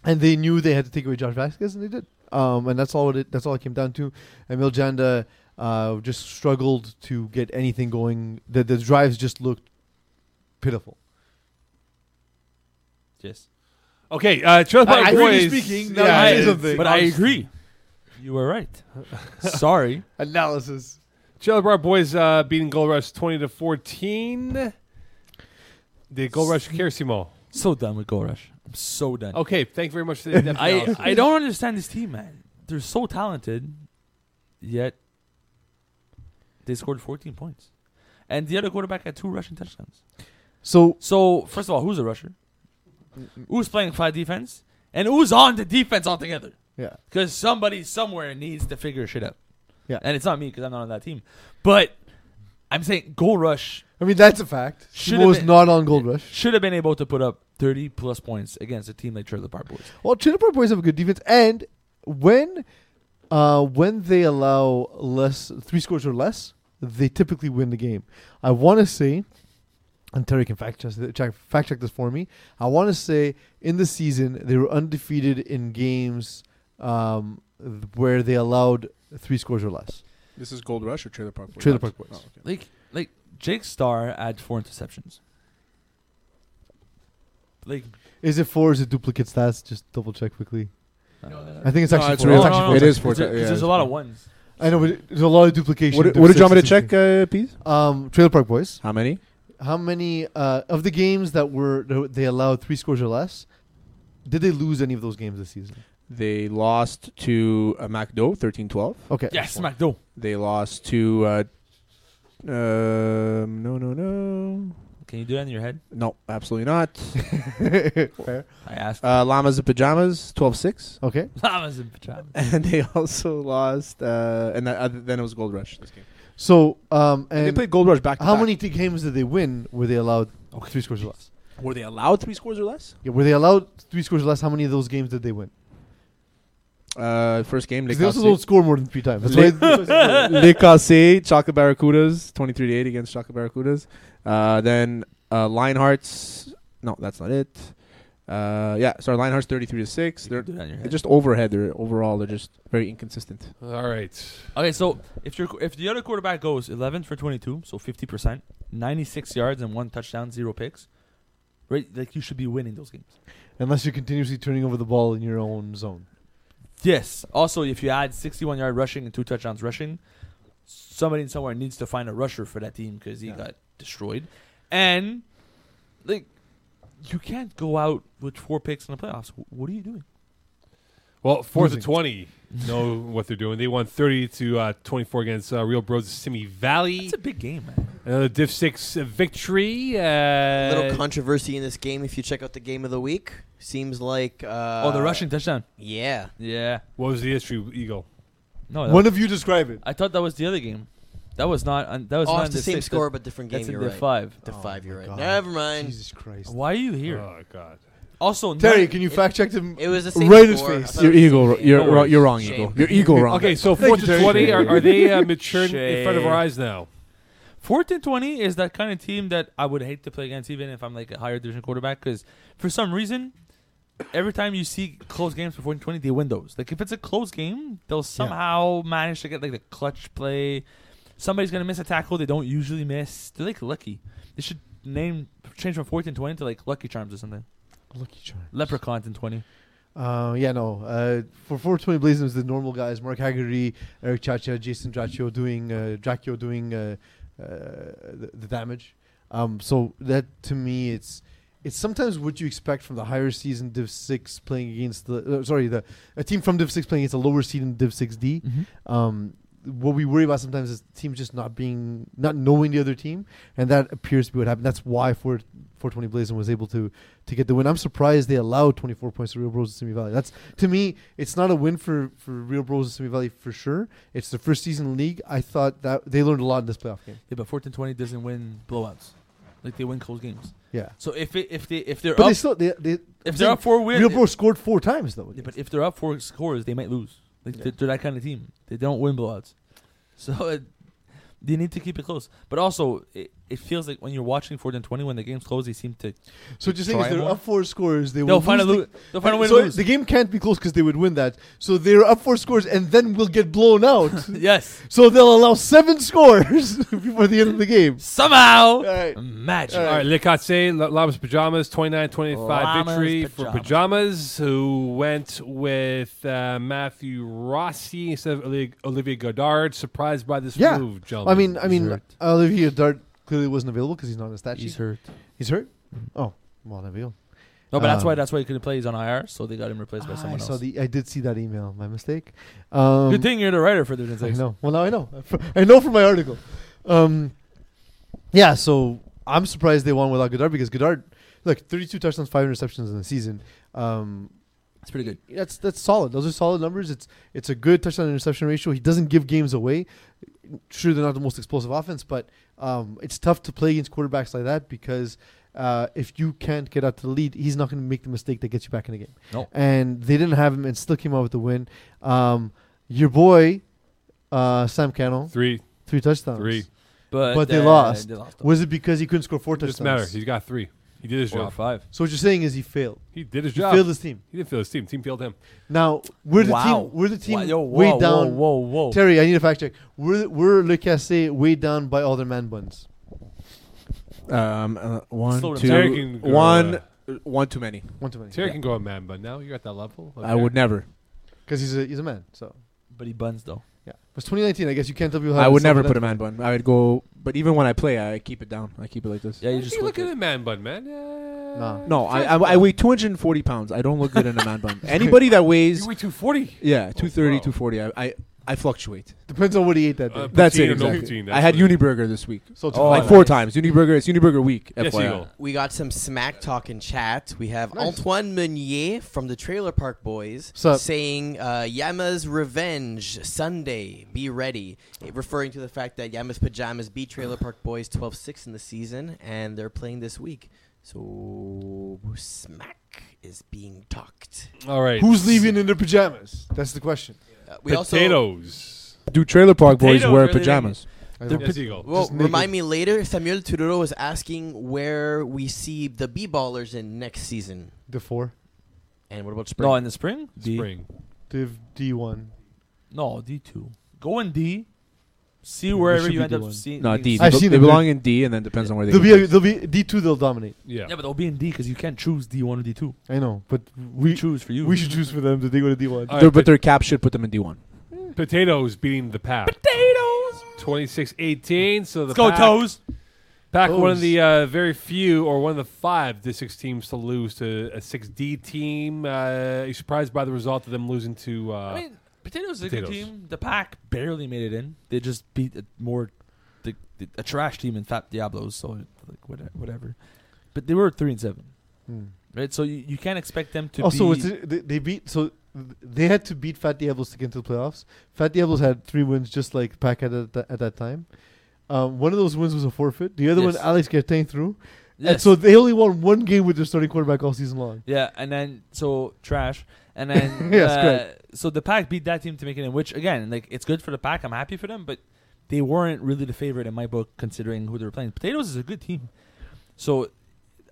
S4: and they knew they had to take away Josh Vasquez, and they did. Um, and that's all it that's all it came down to. Emil Janda uh, just struggled to get anything going. The the drives just looked pitiful.
S3: Yes.
S1: Okay, uh, Trail
S4: I-
S1: Park
S4: I-
S1: Boys.
S4: speaking,
S1: yeah,
S4: now
S1: I-
S4: you say something.
S3: But I agree. You were right. Sorry.
S4: Analysis.
S1: Trailer Park Boys uh, beating Gold Rush twenty to fourteen. Did Gold Rush care, Simon?
S3: So done with Gold Rush. I'm so done.
S1: Okay, thank you very much for the in-depth
S3: I,
S1: analysis.
S3: I don't understand this team, man. They're so talented, yet they scored 14 points. And the other quarterback had two rushing touchdowns.
S4: So
S3: So, first of all, who's a rusher? who's playing five defense, and who's on the defense altogether.
S4: Yeah.
S3: Because somebody somewhere needs to figure shit out.
S4: Yeah.
S3: And it's not me because I'm not on that team. But I'm saying Gold Rush
S4: I mean, that's a fact.
S3: Should've
S4: Simo was
S3: been-
S4: not on Gold Rush.
S3: should have been able to put up 30 plus points against a team like Trailer Park Boys.
S4: Well, Chittapur boys have a good defense, and when uh, when they allow less three scores or less, they typically win the game. I want to say, and Terry can fact check, th- check fact check this for me. I want to say in the season they were undefeated in games um, th- where they allowed three scores or less.
S2: This is Gold Rush or Trailer Park Boys? Oh,
S4: Trailer Park Boys.
S3: Like, like Jake Starr had four interceptions. Like,
S4: Is it four? Is it duplicate stats? Just double check quickly.
S3: uh,
S4: I think it's
S2: No,
S4: actually
S2: it's
S4: four.
S2: really-
S4: It's
S2: no,
S4: actually
S2: no,
S4: four.
S2: it is four
S3: Because there-
S2: ti-
S3: 'cause
S2: yeah,
S3: there's
S2: it's
S3: a lot
S2: four.
S3: of ones.
S4: I know, but there's a lot of duplication.
S2: What, what did you want me to check,
S4: Duplication.
S2: uh, Pease?
S4: Um, Trailer Park Boys.
S2: How many?
S4: How many uh, of the games that were that they allowed three scores or less? Did they lose any of those games this season?
S2: They lost to uh, MacDo, 13 12.
S4: Okay.
S3: Yes, McDo.
S2: They lost to. Uh, um, no, no, no.
S3: Can you do that in your head?
S2: No, absolutely not.
S4: Fair.
S3: I asked.
S2: Uh, Llamas in Pajamas, 12 6.
S4: Okay.
S3: Llamas in pajamas.
S2: And they also lost. Uh, and that, other, then it was Gold Rush. This game.
S4: So um, and
S2: they played Gold Rush back to
S4: how
S2: back.
S4: many t- games did they win? Were they allowed
S3: Okay.
S4: three scores or less?
S2: Were they allowed three scores or less?
S4: Yeah, were they allowed three scores or less? How many of those games did they win?
S2: Uh, first game,
S4: 'Cause
S2: Lake
S4: They also don't score more than three times. That's
S2: Lake-
S4: why
S2: Le Cassé, Chaka Barracudas, 23 to 8 against Chaka Barracudas. Uh, then uh, Lionhearts. No, that's not it. Uh, yeah, sorry, Lionhearts 33 to 6.
S3: You
S2: They're,
S3: can do that in your
S2: they're
S3: head.
S2: just overhead. They're overall, they're just very inconsistent.
S1: All right.
S3: Okay, so if your if the other quarterback goes 11 for 22, so 50%, 96 yards and one touchdown, zero picks, right? Like you should be winning those games.
S4: unless you're continuously turning over the ball in your own zone.
S3: Yes. Also, if you add 61 yard rushing and two touchdowns rushing, somebody somewhere needs to find a rusher for that team because he
S4: Yeah.
S3: got destroyed. And like you can't go out with four picks in the playoffs. Wh- What are you doing?
S1: Well, fourth to
S4: Losing.
S1: twenty know what they're doing. They won thirty to uh, twenty-four against uh, Real Bros of Simi Valley.
S3: It's a big game, man.
S1: Another Div Six uh, victory. Uh,
S5: A little controversy in this game. If you check out the game of the week, seems like uh,
S3: oh, the rushing touchdown.
S5: Yeah,
S3: Yeah.
S1: what was the history, Eagle?
S3: No. that-
S4: One of you describe it.
S3: I thought that was the other game. That was not. On, that was
S5: oh,
S3: not
S5: it's the
S3: in
S5: same
S3: six.
S5: score but different game.
S3: That's in
S5: You're
S3: the
S5: right.
S3: five.
S5: The
S4: Oh
S5: five.
S4: my
S5: You're right.
S4: God.
S5: Never mind.
S4: Jesus Christ.
S3: Why are you here?
S1: Oh God.
S3: also,
S4: Uh, Terry,
S3: none-
S4: can you fact check them?
S5: It was the same
S4: Right in his
S5: score. I
S4: face.
S5: thought it
S2: You're
S5: was the
S2: Eagle.
S5: same.
S2: You're,
S5: No
S2: wrong,
S5: worries.
S2: you're wrong,
S5: Shame.
S2: Eagle. You're Eagle wrong.
S1: Okay, so
S4: Thank
S1: fourth
S4: you,
S1: to
S4: Terry.
S1: twenty are, are they uh, maturing in front of our eyes now?
S3: 14 20 is that kind of team that I would hate to play against, even if I'm like a higher division quarterback, because for some reason, every time you see close games for 14 20, they win those. Like, if it's a close game, they'll somehow manage to get like the clutch play. Somebody's going to miss a tackle they don't usually miss. They're like lucky. They should name change from 14 20 to like Lucky Charms or something.
S4: Lucky charm.
S3: Leprechauns in 20.
S4: Uh, yeah, no. Uh, for 420 Blazers, the normal guys: Mark Haggerty, Eric Chacha, Jason Dracchio doing uh, Dracchio doing uh, uh, the, the damage. Um, so that to me, it's it's sometimes what you expect from the higher season Div Six playing against the uh, sorry the a team from Div Six playing against a lower seed in Div Six D. Um, what we worry about sometimes is teams just not being not knowing the other team, and that appears to be what happened. That's why 4, 420 Blazing was able to to get the win. I'm surprised they allowed 24 points to Real Bros and Simi Valley. That's to me, it's not a win for for Real Bros and Simi Valley for sure. It's the first season in the league. I thought that they learned a lot in this playoff game.
S3: Yeah, but 14 20 doesn't win blowouts. Like, they win close games.
S4: Yeah,
S3: So if it, if they if they're
S4: but
S3: up
S4: they still they, they
S3: if they're up four wins,
S4: Real Bros scored four times though.
S3: Yeah, but if they're up four scores, they might lose. Like
S4: Yeah.
S3: they're, they're that kind of team. They don't win blowouts, so it, they need to keep it close. But also, it, it feels like when you're watching fourth and twenty, when the game's close, they seem to
S4: so just saying, if
S3: Try
S4: they're
S3: more.
S4: up four scores, they
S3: they'll
S4: will
S3: find a
S4: lose the-
S3: lo- they'll find a way
S4: so
S3: to lose.
S4: the game can't be close because they would win that. So they're up four scores and then we'll get blown out.
S3: yes,
S4: So they'll allow seven scores before the end of the game.
S3: somehow
S4: All right.
S3: magic.
S1: All right, Le Casse, La- Llamas Pajamas, 29-25
S3: Llamas
S1: victory for
S3: Pajamas.
S1: Pajamas, who went with uh, Matthew Rossi instead of Oli- Olivier Godard. Surprised by this
S4: Yeah.
S1: move, gentlemen.
S4: I mean, I mean,
S3: Oh, hurt.
S4: Olivier Dart clearly wasn't available because he's not on the stat sheet.
S3: He's hurt. Mm-hmm.
S4: He's hurt? Oh, well, there we go.
S3: No, but that's why
S4: Um,
S3: that's why he couldn't play. He's on IR, so they got him replaced by
S4: Ah, I
S3: someone
S4: saw
S3: else.
S4: the. I did see that email. My mistake. Um,
S3: Good thing you're the writer for the
S4: I
S3: Division Six.
S4: know. Well, now I know. I know from my article. Um, yeah, so I'm surprised they won without Godard because Godard look, 32 touchdowns, five interceptions in the season. Um,
S3: It's pretty good.
S4: that's that's solid. Those are solid numbers. It's it's a good touchdown interception ratio. He doesn't give games away. Sure, they're not the most explosive offense, but um, it's tough to play against quarterbacks like that because uh, if you can't get out to the lead, he's not going to make the mistake that gets you back in the game.
S3: No.
S4: And they didn't have him, and still came out with the win. Um, your boy, uh, Sam Cannell,
S1: Three,
S4: three touchdowns.
S1: three.
S3: But,
S4: But they
S3: uh,
S4: lost.
S3: They lost
S4: Was it because he couldn't score four touchdowns?
S1: Doesn't matter. He's got three. He did his
S3: four or
S1: job.
S3: five.
S4: so what you're saying is he failed.
S1: He did his
S4: He
S1: job.
S4: failed his team.
S1: He didn't fail his team. Team failed him.
S4: Now we're the
S3: wow.
S4: team. We're the team
S3: Wow, yo,
S4: way
S3: whoa,
S4: down.
S3: Whoa, whoa, whoa.
S4: Terry, I need a fact check. We're we're Le Cassé way down by all their man buns.
S2: Um, uh, one,
S3: Slow down.
S2: two-
S1: Terry can go,
S2: one-
S1: uh,
S2: one too many.
S4: One too many.
S1: Terry can go a man, but now you're at that level.
S2: I would never.
S4: because he's a he's a man. So
S3: But he buns though.
S4: yeah, it's 2019. I guess you can't tell people. How
S2: I
S4: to
S2: would
S4: solve
S2: never
S4: that.
S2: put a man bun. I would go, but even when I play, I keep it down. I keep it like this.
S3: Yeah,
S1: You
S3: you just
S1: look
S3: look
S1: at
S3: it.
S1: a man bun, man. Yeah.
S4: Nah.
S2: No, I, I I weigh 240 pounds. I don't look good in a man bun. Anybody that weighs
S1: You weigh 240.
S2: yeah 230,
S1: wow.
S2: 240, I, I I fluctuate.
S4: Depends on what he ate that day.
S1: Uh,
S2: That's
S1: Poutine
S2: it.
S1: or no
S2: Exactly.
S1: poutine,
S2: I
S1: that's
S2: had
S1: what it
S2: Uniburger this week,
S4: so it's
S3: Oh,
S2: like
S3: nice.
S2: four times. Uniburger. It's Uniburger week.
S1: Yes,
S2: FYI.
S1: Eagle.
S5: We got some smack talk in chat. We have
S4: Nice.
S5: Antoine Meunier from the Trailer Park Boys
S4: Sup?
S5: saying uh, Yama's Revenge Sunday. Be ready. Eh, Referring to the fact that Yama's Pajamas beat Trailer Park Boys 12 6 in the season, and they're playing this week. So, smack is being talked.
S1: All right.
S4: Who's leaving in their pajamas? That's the question.
S5: Uh, we also.
S1: Potatoes.
S2: Do Trailer Park Boys
S1: Potatoes
S2: wear
S1: are the name.
S2: pajamas?
S4: I
S3: They're
S4: don't-
S1: Yes, Eagle.
S5: Well,
S4: Just naked.
S5: remind me later. Samuel Tururo was asking where we see the B ballers in next season.
S4: the four,
S5: And what about spring?
S3: No, in the spring. D.
S1: Spring.
S4: Div D one.
S3: No, D two. Go in D. See
S4: They
S3: wherever
S4: should
S3: you
S4: be
S3: end
S4: D
S3: up
S4: one.
S3: seeing.
S2: No,
S3: being
S2: D.
S3: seen.
S2: They,
S4: I've
S2: be-
S4: seen
S2: they
S4: them.
S2: belong in D, and then depends on where they.
S4: They'll
S2: get
S4: be
S2: placed.
S4: they'll be D two. They'll dominate.
S1: Yeah.
S3: Yeah, but they'll be in D because you can't choose D one or D two.
S4: I know, but we
S3: choose for you.
S4: we should choose for them that they go to D one.
S1: All right,
S2: Their- but
S1: pot-
S2: their cap should put them in D one.
S1: potatoes beating the pack.
S3: potatoes.
S1: 26-18. So the
S3: Let's go
S1: pack,
S3: toes.
S1: Pack one of
S4: Toes.
S1: the uh, very few, or one of the five District teams to lose to a 6D team. Uh, are you surprised by the result of them losing to? Uh,
S3: I mean, potatoes is a
S1: potatoes.
S3: good team. The pack barely made it in. They just beat a more the, the, a trash team in Fat Diablos. So like whatever, whatever. But they were three and seven,
S4: Hmm.
S3: right? So you, you can't expect them to.
S4: also,
S3: be,
S4: Oh, it's, they, they beat so th- they had to beat Fat Diablos to get into the playoffs. Fat Diablos had three wins, just like Pac had at, that at that time. Um, one of those wins was a forfeit. The other
S3: Yes.
S4: one, Alex Gertain threw, and
S3: Yes.
S4: so they only won one game with their starting quarterback all season long.
S3: Yeah, and then so trash, and then
S4: Yes,
S3: uh,
S4: correct.
S3: so the pack beat that team to make it in, which again, like it's good for the pack. I'm happy for them, but they weren't really the favorite in my book, considering who they were playing. Potatoes is a good team, so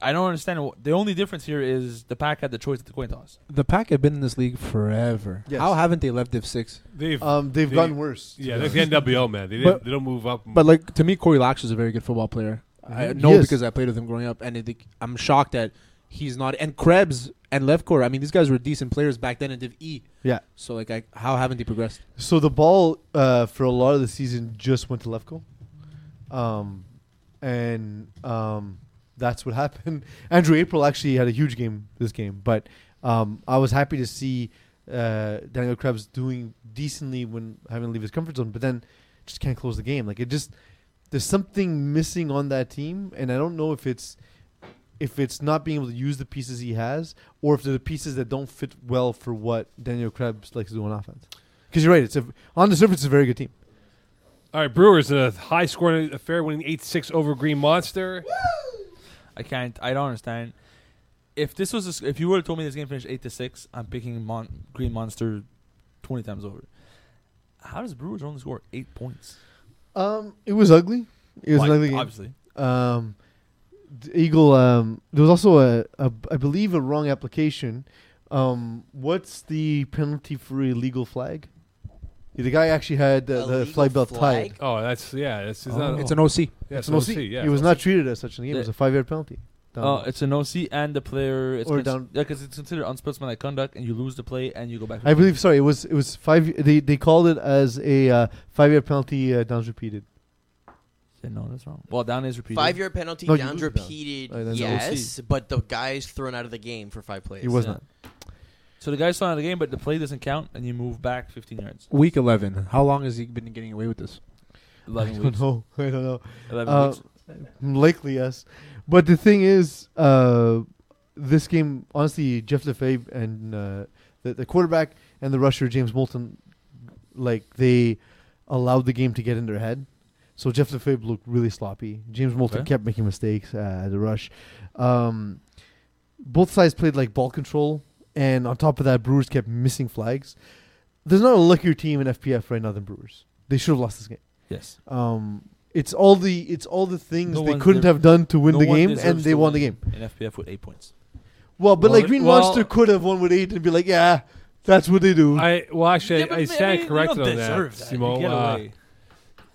S3: I don't understand. wh- The only difference here is the pack had the choice at the coin toss.
S2: The Pack have been in this league forever.
S4: Yes.
S2: How haven't they left Div six?
S1: they've
S4: Um, they've
S1: They-
S4: gotten worse. to
S1: yeah,
S4: be
S1: they're the
S4: honest.
S1: NWO man. They didn't,
S2: But-
S1: they don't move up.
S2: But like to me, Corey Lax is a very good football player. I
S4: Mhm.
S2: know
S4: Yes.
S2: because I played with him growing up, and I think I'm shocked that he's not. And Krebs and Levcore. I mean, these guys were decent players back then in Div E.
S4: Yeah.
S2: So like, I, how haven't they progressed?
S4: So the ball uh, for a lot of the season just went to Lefko, um, and um, that's what happened. Andrew April actually had a huge game this game, but um, I was happy to see uh, Daniel Krebs doing decently when having to leave his comfort zone, but then just can't close the game. Like it just there's something missing on that team, and I don't know if it's if it's not being able to use the pieces he has, or if they're the pieces that don't fit well for what Daniel Krebs likes to do on offense. Because you're right. It's a, on the surface, it's a very good team.
S1: All right, Brewers in a high scoring affair, winning eight six over Green Monster.
S3: I can't. I don't understand. If this was a s if you would have told me this game finished eight to six, I'm picking Mon- Green Monster twenty times over. How does Brewers only score eight points?
S4: Um, it was ugly. It was
S3: Why,
S4: an ugly game.
S3: Obviously,
S4: Um, the Eagle. Um, there was also a, a, I believe, a wrong application. Um, what's the penalty for illegal flag? Yeah, The guy actually had the, the
S5: Illegal
S4: flag belt
S5: flag?
S4: tied.
S1: Oh, that's yeah. That's it's not. oh,
S2: It's an OC.
S1: yeah,
S4: It's an OC.
S1: Yeah,
S4: he was
S1: it's
S4: not
S1: OC.
S4: treated as such in the game. It was a five-yard penalty. Down.
S3: Oh, it's an OC and the player. It's
S4: Or
S3: cons-
S4: down-
S3: yeah, 'cause it's considered unsportsmanlike conduct, and you lose the play, and you go back. to
S4: I
S3: the-
S4: believe. Sorry, it was it was five. They they called it as a uh, five-yard penalty. Uh, downs repeated.
S3: Yeah, no, that's wrong. Well, down is repeated.
S5: Five year penalty,
S4: No, you lose
S5: downs
S4: the down.
S5: repeated,
S4: Oh, that's the OC.
S5: yes, but the guy's thrown out of the game for five plays.
S4: It was
S3: yeah.
S4: not.
S3: So the guy's still out of the game, but the play doesn't count, and you move back 15 yards.
S2: Week eleven. How long has he been getting away with this?
S4: I
S3: 11
S4: don't
S3: weeks.
S4: know. I don't know.
S3: 11
S4: Uh,
S3: weeks.
S4: Likely yes, but the thing is, uh, this game honestly, Jeff Lefebvre and uh, the, the quarterback and the rusher James Moulton, like they allowed the game to get in their head. So Jeff Lefebvre looked really sloppy. James Moulton
S3: Okay.
S4: kept making mistakes uh, at the rush. Um, both sides played like ball control, and on top of that, Brewers kept missing flags. There's not a luckier team in FPF right now than Brewers. They should have lost this game.
S3: Yes.
S4: Um, it's all the it's all the things
S3: No
S4: they
S3: one's
S4: couldn't
S3: there-
S4: have done to win
S3: No
S4: the
S3: one
S4: game, and
S3: deserves
S4: they
S3: to
S4: won the
S3: win
S4: game.
S3: In FPF with eight points.
S4: Well, but
S1: Well,
S4: like Green
S1: well-
S4: Monster could have won with eight and be like, yeah, that's what they do.
S1: I well actually
S3: Yeah,
S1: I,
S3: but
S1: I
S3: I
S1: stand
S3: mean, you
S1: corrected
S3: don't
S1: on that.
S3: deserve that. You
S1: Simone,
S3: get
S1: uh,
S3: away.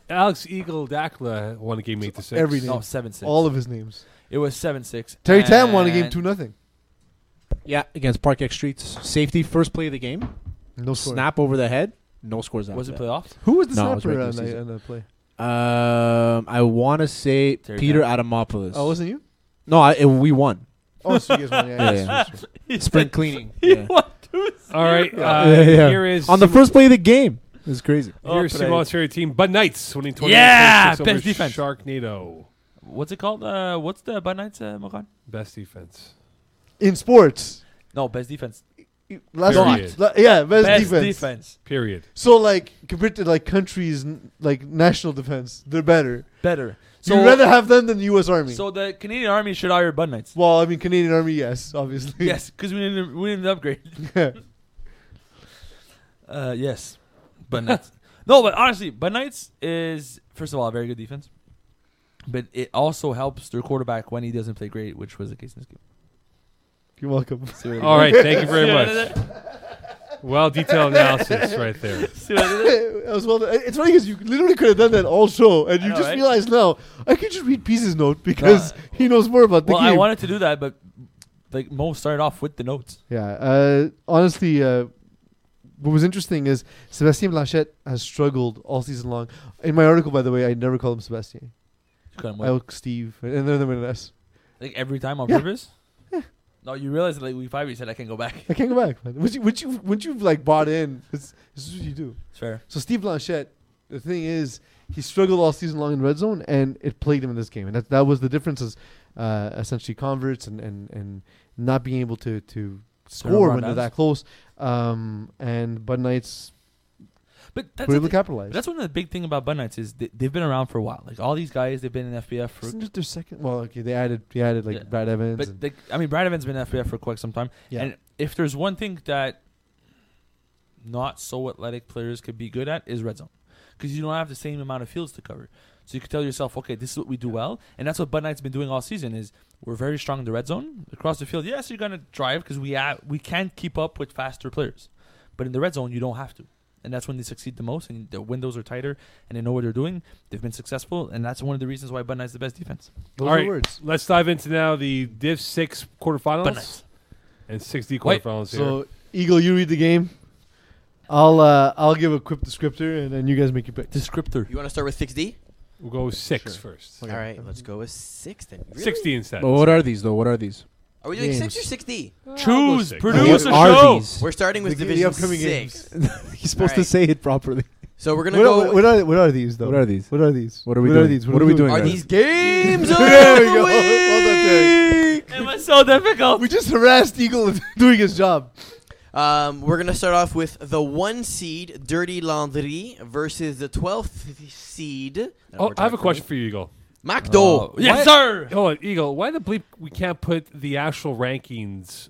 S1: Alex Eagle Dakla won a game eight to six.
S4: every day.
S3: No, seven six.
S4: all of his names.
S3: it was seven six.
S4: Terry Tam won a game
S3: And-
S4: two nothing.
S2: Yeah, against Park X Streets. Safety, first play of the game.
S4: No score.
S2: Snap over the head. No scores after
S3: Was it
S2: that.
S3: playoffs?
S4: Who was the
S2: No, it was
S4: snapper
S2: regular
S4: on that,
S2: season.
S4: on that play?
S2: Um, I want to say
S3: Terry
S2: Peter Adamopoulos.
S4: Oh, wasn't you?
S2: no, I, it- we won.
S4: Oh, so you guys won.
S2: Yeah,
S4: Yeah, yeah.
S2: yeah. Spring cleaning. Yeah.
S1: All right, uh,
S2: Yeah, yeah.
S1: here is
S2: On the
S1: Simone-
S2: first play of the game. It was crazy.
S1: here's
S3: Oh,
S1: Simone's favorite team, Bud Knights, winning twenty.
S3: Yeah,
S1: over
S3: best defense.
S1: Sharknado,
S3: What's it called? Uh, what's the Bud Knights, uh, Mokan?
S1: best defense.
S4: In sports,
S3: No, best defense.
S4: last
S1: Period.
S4: week, la- yeah, best,
S3: best
S4: defense.
S3: defense.
S1: Period.
S4: So like compared to like countries n- like national defense, they're better.
S3: Better.
S4: So you'd rather have them than the U.S. Army.
S3: So the Canadian Army should hire Bud Knights.
S4: well, I mean Canadian Army, yes, obviously.
S3: yes, because we need we need an upgrade. Uh, yes, Bud Knights. no, but honestly, Bud Knights is first of all a very good defense, but it also helps their quarterback when he doesn't play great, which was the case in this game.
S4: You're welcome.
S1: All right, thank you very much. Well, detailed analysis right there.
S4: I was well. It's funny because you literally could have done that all show, and
S3: I
S4: you
S3: know,
S4: just
S3: right?
S4: realized now I could just read Pease's note because
S3: No,
S4: he knows more about the
S3: Well,
S4: game.
S3: I wanted to do that, but like Mo started off with the notes.
S4: yeah. Uh, honestly, uh, what was interesting is Sebastien Blanchette has struggled all season long. In my article, by the way, I never call him Sebastien.
S3: You couldn't
S4: I
S3: win.
S4: look Steve, and then there went an S.
S3: like every time on
S4: Yeah.
S3: purpose. No, you realize that like week five, you said I can go back.
S4: I can't go back, man. Once you, once you, once you've like bought in, it's, this is what you do.
S3: It's fair.
S4: So Steve Blanchette, the thing is, he struggled all season long in red zone, and it plagued him in this game, and that that was the difference is uh, essentially converts and, and and not being able to to score when they're
S3: rundowns.
S4: that close. Um, and Bud Knights
S3: But that's
S4: were
S3: the
S4: able to
S3: thing-
S4: capitalize.
S3: that's one of the big thing about Bud Knights is they, they've been around for a while. Like all these guys, they've been in FBF for.
S4: Isn't it their second? Well, okay, they added they added like
S3: Yeah.
S4: Brad Evans.
S3: But
S4: and-
S3: they, I mean, Brad Evans been in FBF for quite some time.
S4: yeah,
S3: And if there's one thing that not so athletic players could be good at is red zone, because you don't have the same amount of fields to cover. So you can tell yourself, okay, this is what we do well, and that's what Bud Knight's been doing all season. Is we're very strong in the red zone across the field. Yes, you're gonna drive because we ha- we can't keep up with faster players, but in the red zone you don't have to, and that's when they succeed the most. And the windows are tighter, and they know what they're doing. They've been successful, and that's one of the reasons why Bud Knight's the best defense.
S4: those
S1: All
S4: are
S1: right.
S4: words.
S1: Let's dive into now the Div Six quarterfinals
S3: Bud Knights.
S1: and six D
S3: Wait.
S1: quarterfinals here.
S4: So Eagle, you read the game. I'll uh, I'll give a quick descriptor, and then you guys make your pick.
S3: Descriptor.
S5: You want to start with 6D?
S1: We'll go six
S4: Sure.
S1: first.
S4: Okay.
S5: All right, let's go with 6 then. Really?
S1: Sixty instead.
S2: But what are these, though? What are these?
S5: Are we doing 6 or
S4: Games.
S5: 6D?
S3: Choose,
S2: What
S3: produce a
S2: are
S3: show.
S2: these?
S5: We're starting with
S4: The- the
S5: Division
S4: upcoming
S5: 6.
S2: He's supposed to
S5: Alright.
S2: say it properly.
S5: So we're going to
S4: What,
S5: go.
S4: are, what are what are these though?
S2: What are these?
S4: What are these?
S2: What are we doing? What are we doing?
S5: are
S2: guys?
S5: these games of
S4: There we
S5: the
S4: go. Well done,
S5: week?
S4: Terry.
S3: It was so difficult.
S4: We just harassed Eagle into doing his job.
S5: Um, we're going to start off with the one seed, Dirty Landry, versus the 12th seed.
S1: Oh, I have a question for you, Eagle.
S4: Uh,
S5: MacDo.
S3: yes, sir.
S1: Hold on, Eagle. Why the bleep we can't put the actual rankings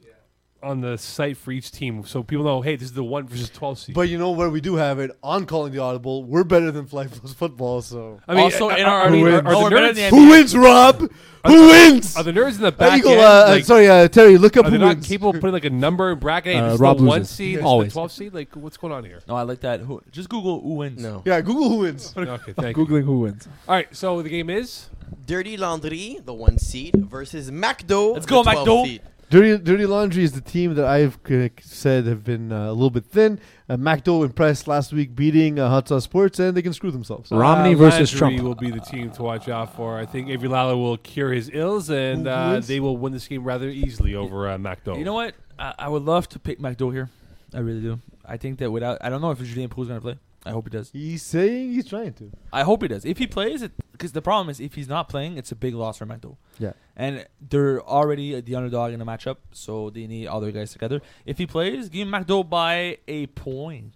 S1: on the site for each team so people know? Hey, this is the one versus twelve seed.
S4: But you know where we do have it on calling the audible. We're better than Fly Plus Football, so
S1: I mean,
S3: also
S1: I-
S3: in
S1: I-
S3: our
S1: I mean,
S3: arena-
S1: are,
S3: oh,
S1: are
S3: we're
S1: the
S3: better
S1: nerds,
S3: than the
S4: who wins, Rob? Who wins?
S1: are the nerds in the
S4: Uh,
S1: back
S4: Eagle,
S1: end?
S4: uh, uh,
S1: like,
S4: sorry, uh, Terry. Look up
S1: are
S4: who
S1: they not
S4: wins.
S1: capable of putting like a number in bracket? Hey,
S2: Uh,
S1: this is
S2: Rob
S1: the one
S2: loses.
S1: seed, this is
S2: Always.
S1: the twelve seed. Like, what's going on here?
S3: No, I like that. Who, just Google who wins.
S5: No.
S4: Yeah, Google who wins.
S1: Okay, thank you.
S2: Googling who wins.
S1: All right, so the game is.
S5: Dirty Landry, the one seed, versus MacDo.
S3: Let's go,
S5: the 12th
S3: MacDo.
S5: seed.
S4: Dirty, Dirty Laundry is the team that I've uh, said have been uh, a little bit thin. Uh, MacDo impressed last week, beating uh, Hot Sauce Sports, and they can screw themselves.
S2: Romney
S1: Uh,
S2: versus
S1: Landry
S2: Trump.
S1: will be the team to watch out for. I think Avilala will cure his ills, and
S4: Who
S1: uh,
S4: is?
S1: they will win this game rather easily over uh, MacDo.
S3: You know what? I, I would love to pick McDo here. I really do. I think that without, I don't know if Julien Proulx is going to play. I hope he does.
S4: He's saying he's trying to.
S3: I hope he does. If he plays, it because the problem is if he's not playing, it's a big loss for Mento.
S4: Yeah.
S3: And they're already the underdog in the matchup, so they need other guys together. If he plays, give McDo by a point.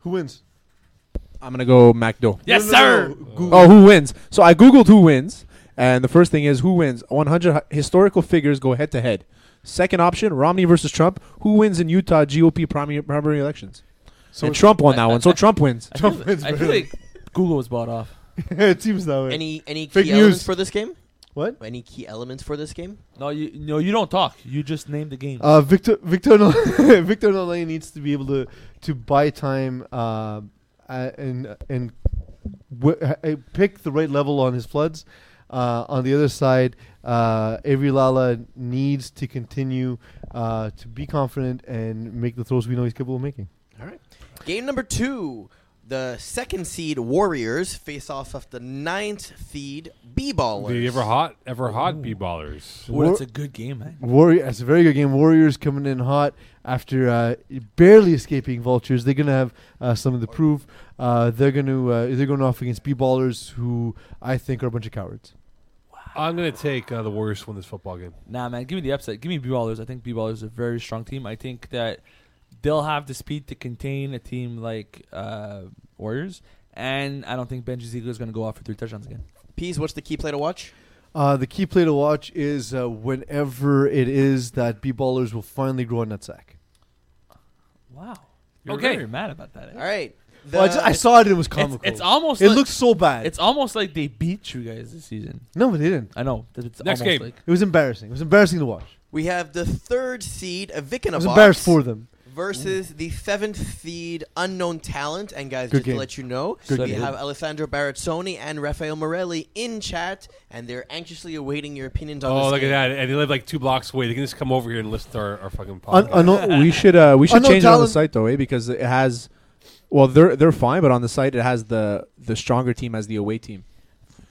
S4: Who wins?
S2: I'm gonna go MacDo.
S3: Yes,
S4: No, no,
S3: sir.
S4: no, no. Google.
S2: Oh, who wins? So I googled who wins, and the first thing is who wins. 100 hi- historical figures go head to head. Second option: Romney versus Trump. Who wins in Utah GOP primary, primary elections?
S4: So
S2: and Trump won
S3: I-
S2: that
S3: I-
S2: one, so
S3: I-
S2: Trump wins.
S3: I feel,
S4: Trump wins,
S3: I
S4: bro.
S3: feel like Google was bought off.
S4: it seems that way.
S5: Any any
S4: Fake
S5: key elements
S4: news.
S5: for this game?
S4: what?
S5: Any key elements for this game?
S3: No, you no, you don't talk. You just name the game.
S4: Uh, Victor Victor Nol- Victor Nolay needs to be able to to buy time uh, uh, and and w- uh, pick the right level on his floods. Uh, on the other side, uh, Avery Lala needs to continue uh, to be confident and make the throws we know he's capable of making.
S5: All right. Game number two. The second seed Warriors face off of the ninth seed B Ballers.
S1: The ever hot, ever hot B ballers.
S3: Ooh, that's a good game, man.
S4: Warrior, that's a very good game. Warriors coming in hot after uh, barely escaping vultures. They're gonna have uh, something to prove. Uh, they're gonna uh, they're going off against b-ballers who I think are a bunch of cowards.
S1: I'm gonna take uh, the Warriors to win this football game.
S3: Nah, man, give me the upset. Give me B-ballers. I think B-ballers is a very strong team. I think that they'll have the speed to contain a team like uh, Warriors, and I don't think Benji Ziegler is going to go off for three touchdowns again.
S5: Peas, what's the key play to watch?
S4: Uh, the key play to watch is uh, whenever it is that b-ballers will finally grow a nutsack.
S3: Wow. You're
S1: Okay.
S3: very mad about that. eh?
S5: All right. The,
S4: Well, I, just, I saw it and it was comical.
S3: It's, it's almost.
S4: it
S3: like,
S4: looks so bad.
S3: It's almost like they beat you guys this season.
S4: no, they didn't.
S3: I know. that It's
S1: Next
S3: almost
S1: game.
S3: Like,
S4: It was embarrassing. It was embarrassing to watch.
S5: we have the third seed
S4: It
S5: Vicina
S4: was embarrassed for them.
S5: versus the seventh seed Unknown Talent. And guys,
S4: Good
S5: just
S4: game.
S5: to let you know,
S3: Good
S5: we
S3: game.
S5: have Alessandro Barazzoni and Rafael Morelli in chat, and they're anxiously awaiting your opinions on
S1: Oh,
S5: this
S1: look
S5: game.
S1: at that! And they live like two blocks away. They can just come over here and listen to our, our fucking
S4: Un-
S1: podcast.
S4: unknown-
S2: we should uh, we should
S4: Unknown
S2: change it on the
S4: talent.
S2: site though, eh? Because it has, well, they're they're fine, but on the site it has the the stronger team as the away team.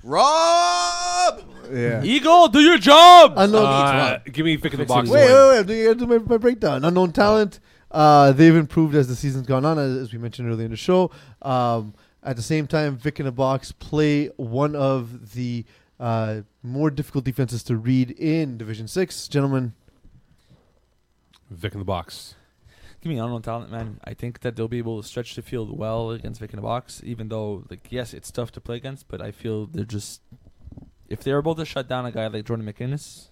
S5: Rob!
S2: Yeah.
S3: Eagle, do your job.
S4: unknown
S1: Uh, give me pick in the box.
S4: Wait, wait, wait. I'm doing- I'm doing my, my breakdown. Unknown talent. Uh, they've improved as the season's gone on, as, as we mentioned earlier in the show. Um, at the same time, Vic and a box play one of the uh, more difficult defenses to read in Division Six, gentlemen.
S1: Vic in the box.
S3: Give me unknown talent, man. I think that they'll be able to stretch the field well against Vic in the box, even though, like, yes, it's tough to play against, but I feel they're just. If they're able to shut down a guy like Jordan McInnes,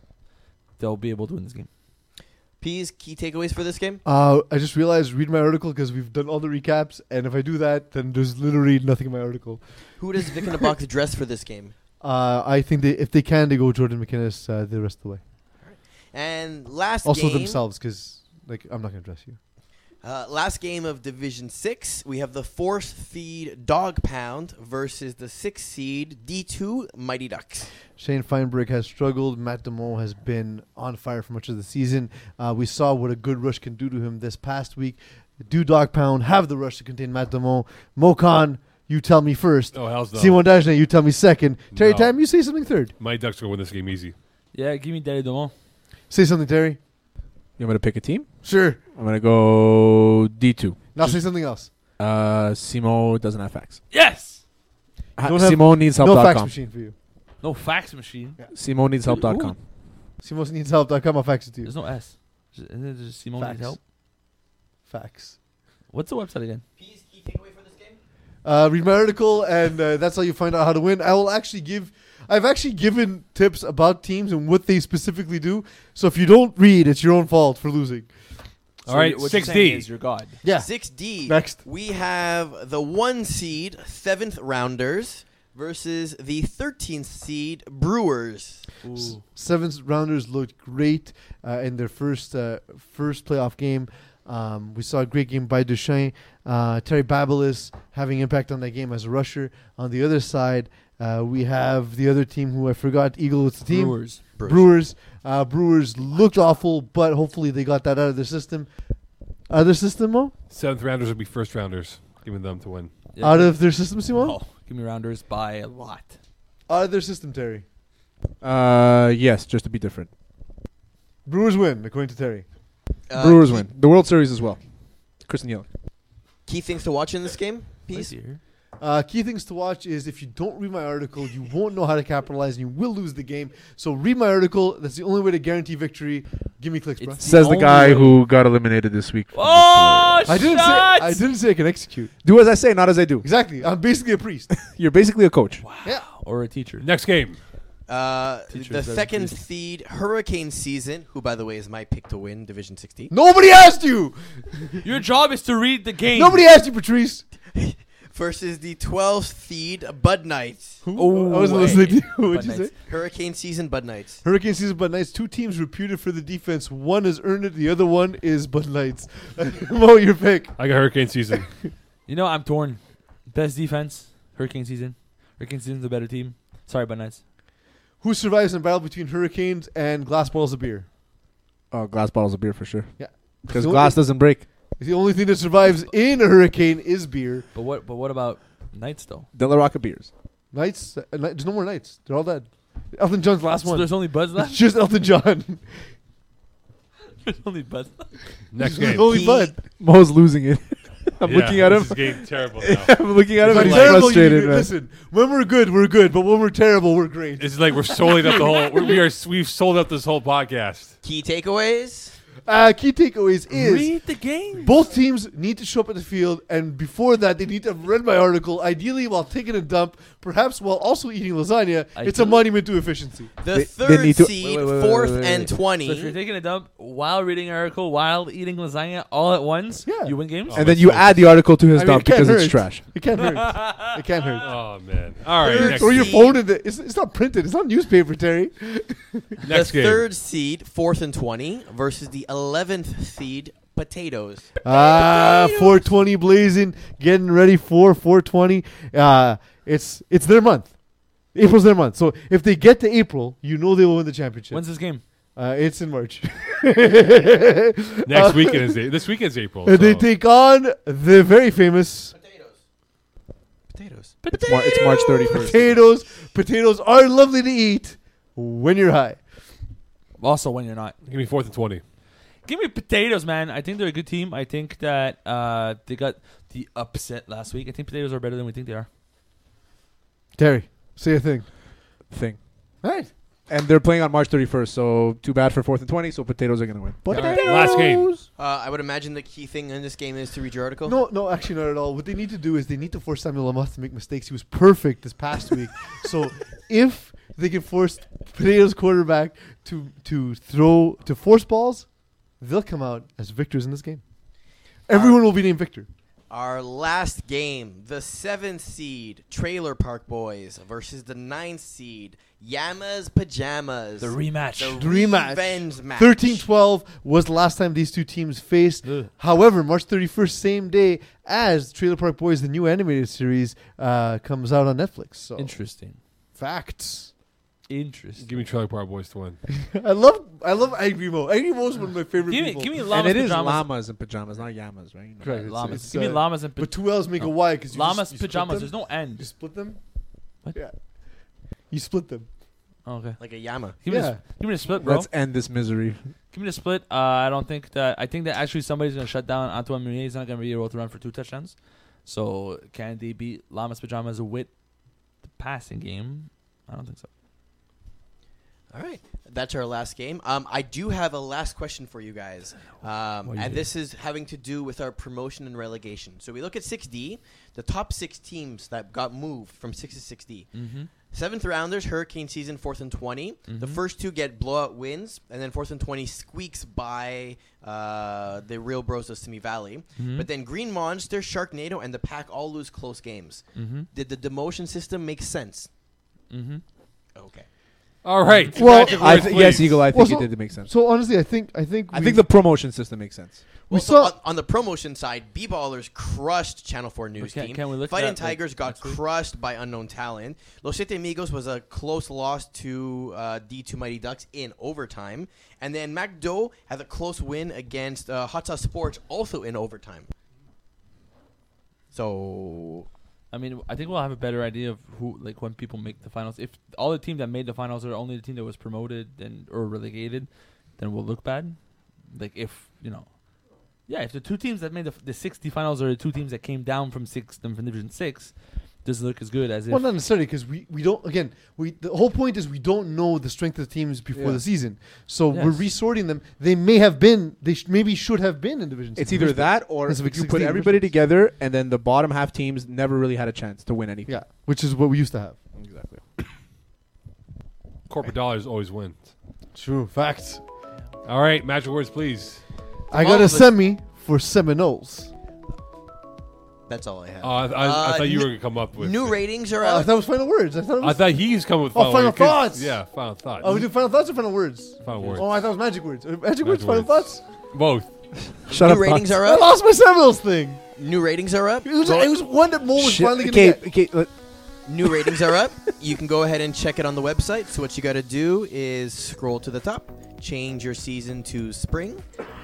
S3: they'll be able to win this game.
S5: Peas, key takeaways for this game?
S4: Uh, I just realized read my article because we've done all the recaps, and if I do that, then there's literally nothing in my article.
S5: Who does Vic in the box dress for this game?
S4: Uh, I think they, if they can, they go Jordan McInnes uh, the rest of the way.
S5: And last
S4: Also
S5: game,
S4: themselves, because like I'm not gonna dress you.
S5: uh, last game of Division Six, we have the fourth seed Dog Pound versus the sixth seed D two Mighty Ducks.
S4: Shane Feinberg has struggled. Matt Damon has been on fire for much of the season. Uh, we saw what a good rush can do to him this past week. Do Dog Pound have the rush to contain Matt Damon? Mokan, you tell me first.
S1: Oh hell's no!
S4: Simon Dajna, you tell me second. Terry
S1: No.
S4: Tam, you say something third.
S1: My Ducks gonna win this game easy.
S3: Yeah, give me Daddy Dumont.
S4: Say something, Terry.
S2: You want me to pick a team?
S4: Sure.
S2: I'm gonna go D two.
S4: Now say something else.
S2: Uh, Simo doesn't have facts.
S3: Yes!
S2: Ha-
S4: Don't have-
S2: Simone needs
S4: no
S2: help.com.
S4: fax machine for you.
S3: No fax machine.
S2: Simone needs
S3: Who- who-
S2: help.com.
S4: Simon needs help.com. I'll fax it to you.
S3: There's no S. Is it- is it just Simone needs
S4: Fax.
S3: help?
S4: Fax.
S3: What's the website again?
S5: Peas, key takeaway for this game?
S4: Uh, read my article, and uh, that's how you find out how to win. I will actually give, I've actually given tips about teams and what they specifically do. So if you don't read, it's your own fault for losing.
S1: All right,
S3: what you're
S1: 6D.
S3: saying is your god.
S4: Yeah.
S5: Six D.
S4: Next.
S5: we have the one seed seventh rounders versus the thirteenth seed Brewers.
S4: S- Seventh rounders looked great uh, in their first uh, first playoff game. Um, we saw a great game by Duchesne. Uh, Terry Babelis having impact on that game as a rusher. On the other side, uh, we have the other team who I forgot. Eagles team.
S3: Brewers.
S4: Brewers. Uh, Brewers looked awful, but hopefully they got that out of their system. Out of their system, Mo?
S1: Seventh rounders would be first rounders. Giving them to win.
S3: Yeah.
S4: Out of their system, Simon?
S3: Oh, give me Rounders by a lot. Oh.
S4: Out of their system, Terry.
S2: Uh, yes, just to be different.
S4: Brewers win, according to Terry.
S5: Uh,
S2: Brewers
S5: key-
S2: win the World Series as well. Kristen Yelich.
S5: Key things to watch in this game. Piece.
S4: Uh, key things to watch is if you don't read my article, you won't know how to capitalize and you will lose the game. So read my article. That's the only way to guarantee victory. Give me clicks, bro.
S3: It's
S2: Says the
S3: only
S2: guy
S3: way-
S2: who got eliminated this week. from
S3: Oh,
S4: I didn't say
S3: shots!
S4: I didn't say I can execute.
S2: the- do as I say, not as I do.
S4: Exactly. I'm basically a priest.
S2: You're basically a coach.
S4: yeah.
S3: Or a teacher.
S1: Next game.
S5: Uh,
S3: Teacher
S5: the
S3: is better
S5: second
S3: than
S5: seed, Hurricane Season, who by the way is my pick to win Division 16.
S4: Nobody asked you.
S3: Your job is to read the game.
S4: Nobody asked you, Patrice.
S5: Versus the 12th seed, Bud Knights.
S4: Who?
S3: Oh,
S4: I wasn't
S3: wait.
S4: listening to you. What'd you
S3: Bud Knights.
S4: say?
S5: Hurricane Season, Bud Knights.
S4: Hurricane season Bud Knights. Two teams reputed for the defense. One has earned it. The other one is Bud Knights. Mo, your pick.
S1: I got Hurricane Season.
S3: You know, I'm torn. Best defense, Hurricane season. Hurricane season's a better team. Sorry, but nice.
S4: Who survives in battle between hurricanes and glass bottles of beer?
S2: Oh, glass bottles of beer for sure.
S4: Yeah.
S2: Because
S4: The
S2: glass doesn't break.
S4: The only thing that survives in a hurricane is beer.
S3: But what? But what about Knights though?
S2: De La Rocca beers.
S4: Knights. Uh, Knight- there's no more knights. They're all dead. Elton John's last
S3: So
S4: one.
S3: there's only Buzz
S4: It's
S3: left.
S4: just Elton John.
S3: there's only Buzz. Left.
S1: Next
S4: This is
S1: game.
S4: Only
S5: He-
S4: Bud.
S2: Mo's losing it. I'm looking at him.
S1: This is getting terrible now.
S2: I'm looking at him.
S4: But
S2: and he's
S4: terrible, you-
S2: frustrated. man.
S4: listen, when we're good, we're good. But when we're terrible, we're great.
S1: This is like we're sold out the whole. We're, we are. We've sold out this whole podcast.
S5: Key takeaways.
S4: Uh, key takeaways is
S3: Read the game.
S4: both teams need to show up at the field, and before that, they need to have read my article, ideally while taking a dump, perhaps while also eating lasagna. It's a
S3: Ideally?
S4: monument to efficiency.
S5: The
S2: They- they
S5: third
S2: need to-
S5: seed,
S2: Wait, wait, wait, wait,
S5: fourth
S2: wait, wait,
S5: and
S2: wait.
S3: So if you're
S5: 20.
S3: taking a dump while reading an article, while eating lasagna, all at once,
S4: Yeah.
S3: you win games.
S2: And then you add the article to his
S4: I mean,
S2: dump
S4: it can't
S2: because it's
S4: hurt.
S2: trash.
S4: It can't hurt. It can't hurt.
S1: Oh man! All right,
S4: Or-
S1: next,
S4: or your
S5: seed.
S4: phone in the, it's, it's not printed. It's not newspaper, Terry.
S1: next
S5: the
S1: game.
S5: third seed, fourth and 20, versus the 11th seed, Potatoes.
S4: Ah, 420 blazing, getting ready for 420. Uh, it's it's their month. April's their month. So if they get to April, you know they will win the championship.
S3: When's this game?
S4: Uh, it's in March.
S1: Next weekend is this weekend's April.
S4: And they
S1: so-
S4: take on the very famous
S5: Potatoes. Potatoes.
S2: It's, Mar- it's March 31st.
S4: potatoes. Potatoes are lovely to eat when you're high.
S3: Also, when you're not.
S1: give me fourth and twenty.
S3: Give me potatoes, man. I think they're a good team. I think that uh, they got the upset last week. I think potatoes are better than we think they are.
S4: Terry, say a thing.
S2: Thing.
S4: All right.
S2: And they're playing on March 31st, so too bad for 4th and 20, so potatoes are going to win.
S1: All right, last game.
S5: Uh, I would imagine the key thing in this game is to read your article.
S4: No, no, actually not at all. What they need to do is they need to force Samuel Lamoth to make mistakes. He was perfect this past week. So if they can force Potatoes quarterback to to throw to force balls, they'll come out as victors in this game. Everyone will be named Victor.
S5: Our last game, the seventh seed, Trailer Park Boys, versus the ninth seed, Yama's Pajamas.
S3: The rematch.
S5: The
S4: rematch.
S5: revenge match.
S4: 13-12 was the last time these two teams faced.
S3: Ugh.
S4: However, March 31st, same day as Trailer Park Boys, the new animated series, uh, comes out on Netflix. So
S3: Interesting.
S4: facts.
S3: Interesting.
S1: Give me Trailer Park Boys to win.
S4: I love I love Angry Mo. Angry Mo is one of my favorite
S3: Give me,
S4: people.
S3: give me
S2: And
S3: llamas
S2: it is
S3: pajamas.
S2: llamas and pajamas, not yamas, right? You know.
S4: Correct. It's-
S3: llamas.
S4: it's,
S3: give me
S4: uh,
S3: llamas and pa-
S4: But two L's make
S3: No.
S4: a Y because
S3: llamas pajamas. There's
S4: Split them.
S3: no
S4: You
S3: end.
S4: split them.
S3: What?
S4: Yeah. You split them.
S3: Oh, okay.
S5: Like a Yama.
S3: Give me,
S4: Yeah.
S3: this, give me the split, bro.
S2: Let's end this misery.
S3: Give me the split. Uh, I don't think that. I think that actually somebody's gonna shut down Antoine Meunier. He's not gonna be able to run for two touchdowns. So can they beat Lamas Pajamas with the passing game? I don't think so.
S5: All right. That's our last game. Um, I do have a last question for you guys. Um,
S3: What do you
S5: and
S3: do?
S5: this is having to do with our promotion and relegation. So we look at 6D, the top six teams that got moved from 6 to 6D.
S3: Mm-hmm.
S5: Seventh rounders, hurricane season, fourth and 20. The
S3: Mhm.
S5: first two get blowout wins, and then fourth and 20 squeaks by uh, the real bros of Simi Valley.
S3: Mm-hmm.
S5: But then Green Monster, Sharknado, and the Pack all lose close games.
S3: Mm-hmm.
S5: Did the demotion system make sense?
S3: Mm-hmm.
S5: Okay.
S1: All right.
S4: Well,
S1: Magic
S2: I
S1: words,
S2: th- yes,
S1: please.
S2: Eagle, I think
S4: Well, so-
S2: it did make sense.
S4: So honestly, I think I think
S2: I
S4: we-
S2: think the promotion system makes sense.
S4: we
S5: Well, so
S4: saw
S5: on, on the promotion side, B Ballers crushed Channel 4 News
S3: can-
S5: team.
S3: can we look
S5: Fighting
S3: at, like,
S5: Tigers got
S3: next week?
S5: crushed by unknown talent. Los Siete Amigos was a close loss to uh, D2 Mighty Ducks in overtime. And then MacDo had a close win against uh, Hot Sauce Sports also in overtime. So,
S3: I mean, I think we'll have a better idea of who, like, when people make the finals. If all the team that made the finals are only the team that was promoted and or relegated, then we'll look bad. Like, if you know, Yeah, if the two teams that made the, f- the 60 finals are the two teams that came down from sixth and from Division Six, doesn't look as good as if
S4: Well, not necessarily because we, we don't. Again, we the whole point is we don't know the strength of the teams before
S2: Yeah.
S4: the season, so we're
S3: Yes.
S4: resorting them. They may have been. They sh- maybe should have been in division.
S2: It's
S4: Six.
S2: either that or
S4: It's
S2: you
S4: like
S2: put
S4: 16
S2: everybody
S4: versus-
S2: together, and then the bottom half teams never really had a chance to win anything.
S4: Yeah, which is what we used to have.
S2: exactly.
S1: Corporate dollars always win.
S4: True facts.
S1: All right, magic words, please.
S4: I
S5: All
S4: got a
S5: of us-
S4: semi for Seminoles.
S5: That's all I have.
S1: Uh, I, I, I
S5: Uh,
S1: thought you were
S5: n-
S1: gonna come up with
S5: New ratings are
S4: Oh, I
S5: out.
S4: thought it was final words. I thought it
S1: I
S4: was.
S1: thought he's coming with.
S4: Oh, final
S1: word, 'cause-
S4: thoughts!
S1: Yeah, final thoughts.
S4: oh, we do final thoughts or final words?
S1: Final words.
S4: Oh, I thought it was magic words. Uh, Magic, words,
S1: Magic
S4: final
S1: words.
S4: thoughts.
S1: Both.
S2: Shut
S5: New
S2: up.
S5: ratings
S2: Fox.
S5: are
S4: I
S5: up.
S4: lost my Seminoles thing.
S5: New ratings are up.
S4: It was,
S5: Roll-
S4: it was one that Mo was
S2: Shit.
S4: finally going to
S2: okay,
S4: get.
S2: okay, let-
S5: New ratings are up. You can go ahead and check it on the website. So what you got to do is scroll to the top, change your season to spring,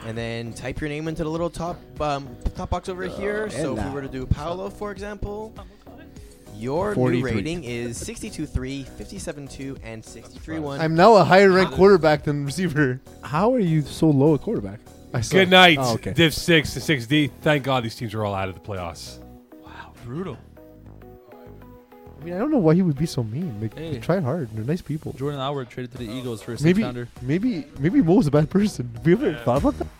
S5: and then type your name into the little top um, top box over here. So if we
S2: hello.
S5: were to do Paolo, for example, your
S2: 43.
S5: new rating is 62.3, 57.2, and 63.1.
S4: I'm now a higher ranked quarterback than receiver.
S2: how are you so low at quarterback?
S4: I suck.
S1: Good night,
S2: Oh, okay.
S1: Div Six to Six D. Thank God these teams are all out of the playoffs.
S3: wow, brutal.
S4: I mean, I don't know why he would be so mean. Like,
S3: Hey.
S4: they tried hard. They're nice people.
S3: Jordan Howard traded to the Eagles for a six
S4: Maybe,
S3: pounder.
S4: maybe, maybe Mo's a bad person. We ever thought about that?